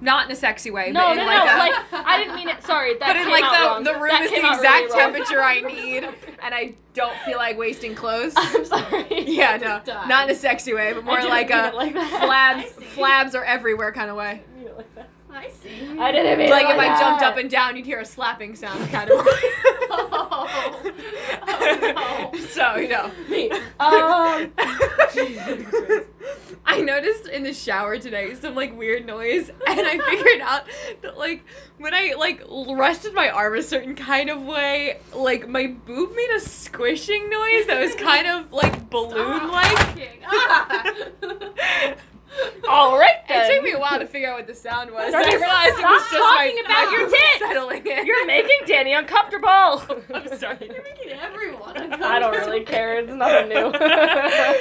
S2: Not in a sexy way,
S4: No,
S2: but
S4: no, no,
S2: in like a
S4: like I didn't mean it sorry, that
S2: but in
S4: came
S2: like
S4: out
S2: the
S4: wrong.
S2: the room
S4: That
S2: is the
S4: came out
S2: exact
S4: really wrong.
S2: temperature I need, and I don't feel like wasting clothes.
S4: I'm sorry.
S2: Yeah, no,
S11: died.
S2: not in a sexy way, but more
S4: I didn't
S2: like
S4: mean
S2: a
S4: it like that.
S2: flabs flabs are everywhere kind of way.
S4: I didn't mean it like that.
S11: I see.
S4: I didn't mean it
S2: Like if I
S4: that.
S2: jumped up and down, you'd hear a slapping sound kind of.
S11: Oh, no.
S2: So you know.
S4: Me. Um
S2: I noticed in the shower today some like weird noise, and I figured out that like when I like l- rested my arm a certain kind of way, like my boob made a squishing noise that was kind of like balloon like.
S11: Kidding.
S4: all right
S2: It
S4: then.
S2: took me a while to figure out what the sound was.
S4: Darcy,
S2: I realized it was
S4: stop
S2: just my
S4: talking about
S2: my
S4: your
S2: boob
S4: tits.
S2: Settling in.
S4: You're making Danny uncomfortable.
S2: I'm sorry.
S11: You're making everyone
S4: I don't really care. It's nothing new.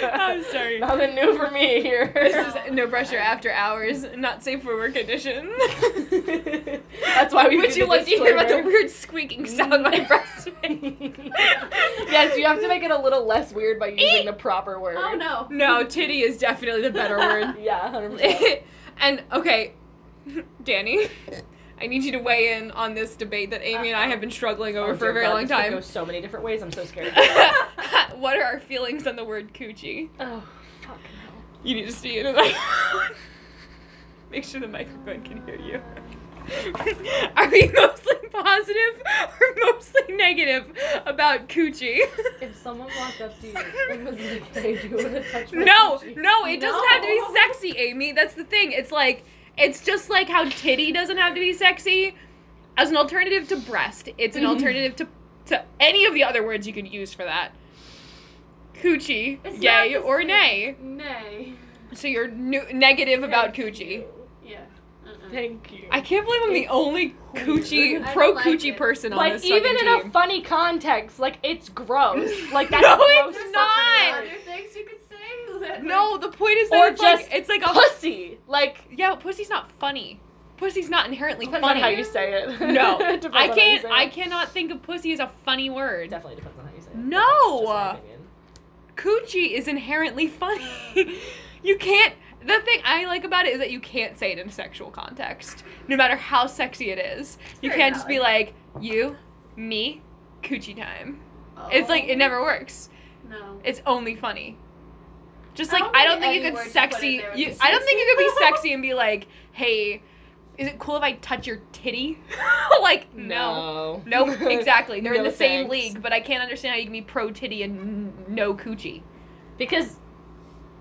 S2: I'm sorry.
S4: Nothing new for me here.
S2: This is no pressure after hours, not safe for work edition.
S4: That's why we.
S2: Would
S4: do
S2: you
S4: the
S2: like to hear about the
S4: disclaimer.
S2: weird squeaking sound my breast
S4: yes, you have to make it a little less weird by using the proper word.
S11: Oh no.
S2: No, titty is definitely the better word.
S4: Yeah, hundred percent.
S2: and okay, Danny, I need you to weigh in on this debate that Amy and I have been struggling
S4: Oh,
S2: over for a very long time.
S4: Go so many different ways. I'm so scared.
S2: what are our feelings on the word coochie?
S4: oh, fuck
S2: You need to see it in the microphone. Make sure the microphone can hear you. Are we mostly positive or mostly negative about coochie?
S4: If someone walked up to you and was like, "Hey, do you want to touch my
S2: No,
S4: coochie?"
S2: no, it doesn't have to be
S4: No.
S2: sexy, Amy. That's the thing. It's like it's just like how titty doesn't have to be sexy. As an alternative to breast, it's
S4: Mm-hmm.
S2: an alternative to to any of the other words you could use for that. Coochie,
S11: It's not
S2: yay
S11: the
S2: or
S11: same.
S2: nay.
S11: Nay.
S2: So you're nu- negative about coochie.
S11: Yeah. Uh-uh.
S4: Thank you.
S2: I can't believe I'm the only coochie
S11: I
S2: pro
S11: don't like
S2: coochie
S11: it.
S2: person on
S4: like
S2: this
S4: even in
S2: fucking
S4: a
S2: team.
S4: funny context, like it's gross. Like that's
S2: No,
S4: gross
S2: it's
S4: fucking
S2: not.
S4: word.
S11: Other things you could say. That,
S2: no, the point is that
S4: Or
S2: it's
S4: just
S2: like it's like a
S4: Pussy. Like
S2: yeah, but pussy's not funny. Pussy's not inherently
S4: depends
S2: funny.
S4: on how you say it.
S2: no,
S4: Depends
S2: I
S4: on how you
S2: can't.
S4: say
S2: I
S4: it.
S2: cannot think of pussy as a funny word.
S4: Definitely depends on how you it.
S2: No!
S4: That's just my opinion.
S2: Coochie is inherently funny. you can't. The thing I like about it is that you can't say it in a sexual context, no matter how sexy it is. You
S11: Very
S2: can't just be like, you, me, coochie time.
S11: Oh.
S2: It's like, it never works.
S11: No.
S2: It's only funny. Just
S11: I
S2: like
S11: don't
S2: I don't
S11: think
S2: think you
S11: any
S2: could
S11: word you put in
S2: sexy.
S11: there would
S2: You,
S11: be
S2: I don't think you could be
S11: sexy.
S2: sexy and be like, "Hey, is it cool if I touch your titty?" like no,
S4: No.
S2: nope, exactly. They're in
S4: No
S2: the same
S4: thanks.
S2: league, but I can't understand how you can be pro titty and n- no coochie.
S4: Because.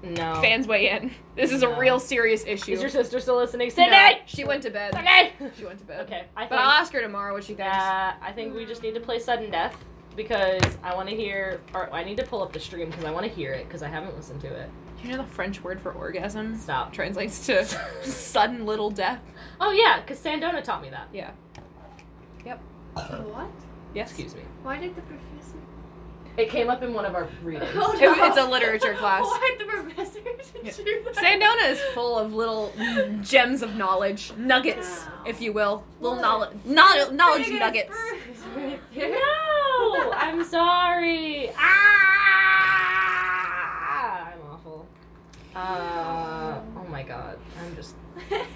S4: No.
S2: Fans weigh in. This is a
S4: Oh. No.
S2: real serious issue.
S4: Is your sister still listening?
S2: No,
S4: Sydney! it.
S2: She went to bed.
S4: Sydney!
S2: She went to bed.
S4: Okay, I
S2: But
S4: think
S2: I'll ask her tomorrow what she thinks.
S4: that I think we just need to play sudden death because I want to hear, or I need to pull up the stream because I want to hear it because I haven't listened to it.
S2: Do you know the French word for orgasm?
S4: Stop.
S2: Translates to sudden little death.
S4: Oh yeah, because Sandona taught me that.
S11: What?
S2: Yes.
S4: Excuse me.
S11: Why did the professor?
S4: It came up in one of our readings.
S11: Oh,
S2: It- it's a literature class.
S11: Why did the professor do that?
S2: Sandona is full of little gems of knowledge, nuggets, if you will, little knowledge, knowledge nuggets.
S4: no, I'm sorry. Ah, I'm awful. Uh, oh my god, I'm just,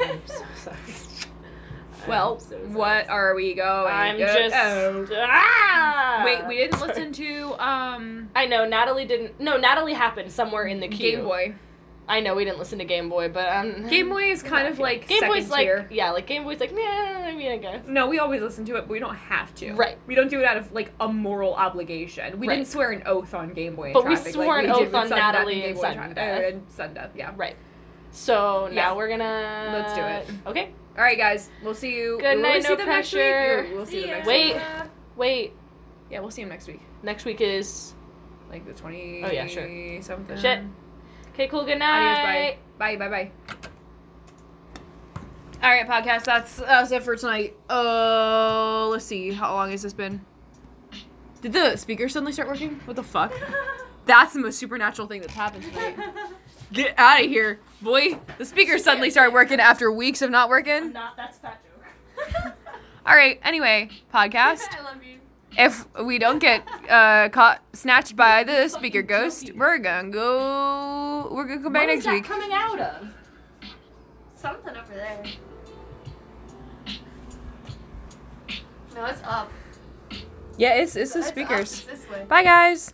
S4: I'm so sorry. I'm
S2: Well,
S4: so sorry.
S2: what are we going?
S4: I'm
S2: to-
S4: just.
S2: oh.
S4: Ah!
S2: Wait, we didn't
S4: Sorry.
S2: listen to um
S4: I know Natalie didn't. No, Natalie happened somewhere in the queue.
S2: Game Boy.
S4: I know we didn't listen to Game Boy, but um,
S2: Game Boy is kind of like
S4: Game Boy's
S2: second
S4: like
S2: tier.
S4: yeah, like Game Boy's like yeah, I mean I guess.
S2: No, we always listen to it, but we don't have to.
S4: Right.
S2: We don't do it out of like a moral obligation. We
S4: Right.
S2: didn't swear an oath on Game Boy. in
S4: But we
S2: traffic, like
S4: swore an
S2: we did
S4: oath
S2: with
S4: on
S2: Sun Death
S4: Natalie
S2: Game
S4: and
S2: Boy
S4: Sun
S2: Tri-
S4: Death.
S2: uh, and Sun Death, yeah.
S4: Right. So
S2: Yeah.
S4: now we're gonna
S2: Let's do it.
S4: Okay.
S2: All right, guys. We'll see you.
S4: Good
S2: will we
S4: night,
S2: see
S4: no
S2: them next week?
S4: pressure.
S2: No, We'll see them next week.
S4: Wait, wait.
S2: Yeah, we'll see him next week.
S4: Next week is
S2: Like the 20
S4: Oh, yeah, sure.
S2: something.
S4: shit. Okay, cool. Good
S2: Adios,
S4: night.
S2: bye. Bye, bye, bye. All right, podcast. That's that's it for tonight. Uh, let's see. How long has this been? Did the speaker suddenly start working? What the fuck? That's the most supernatural thing that's happened tonight. Get out of here, boy. The speaker suddenly started working after weeks of not working.
S4: Not that's a fat joke.
S2: All right. Anyway, podcast.
S11: I love you.
S2: If we don't get uh, caught snatched by the speaker ghost, we're gonna go. We're gonna come back
S4: What
S2: next
S4: is that
S2: week.
S4: coming out of?
S11: Something over there. No, it's up.
S2: Yeah, it's it's the
S11: It's up.
S2: speakers.
S11: It's this way.
S2: Bye guys.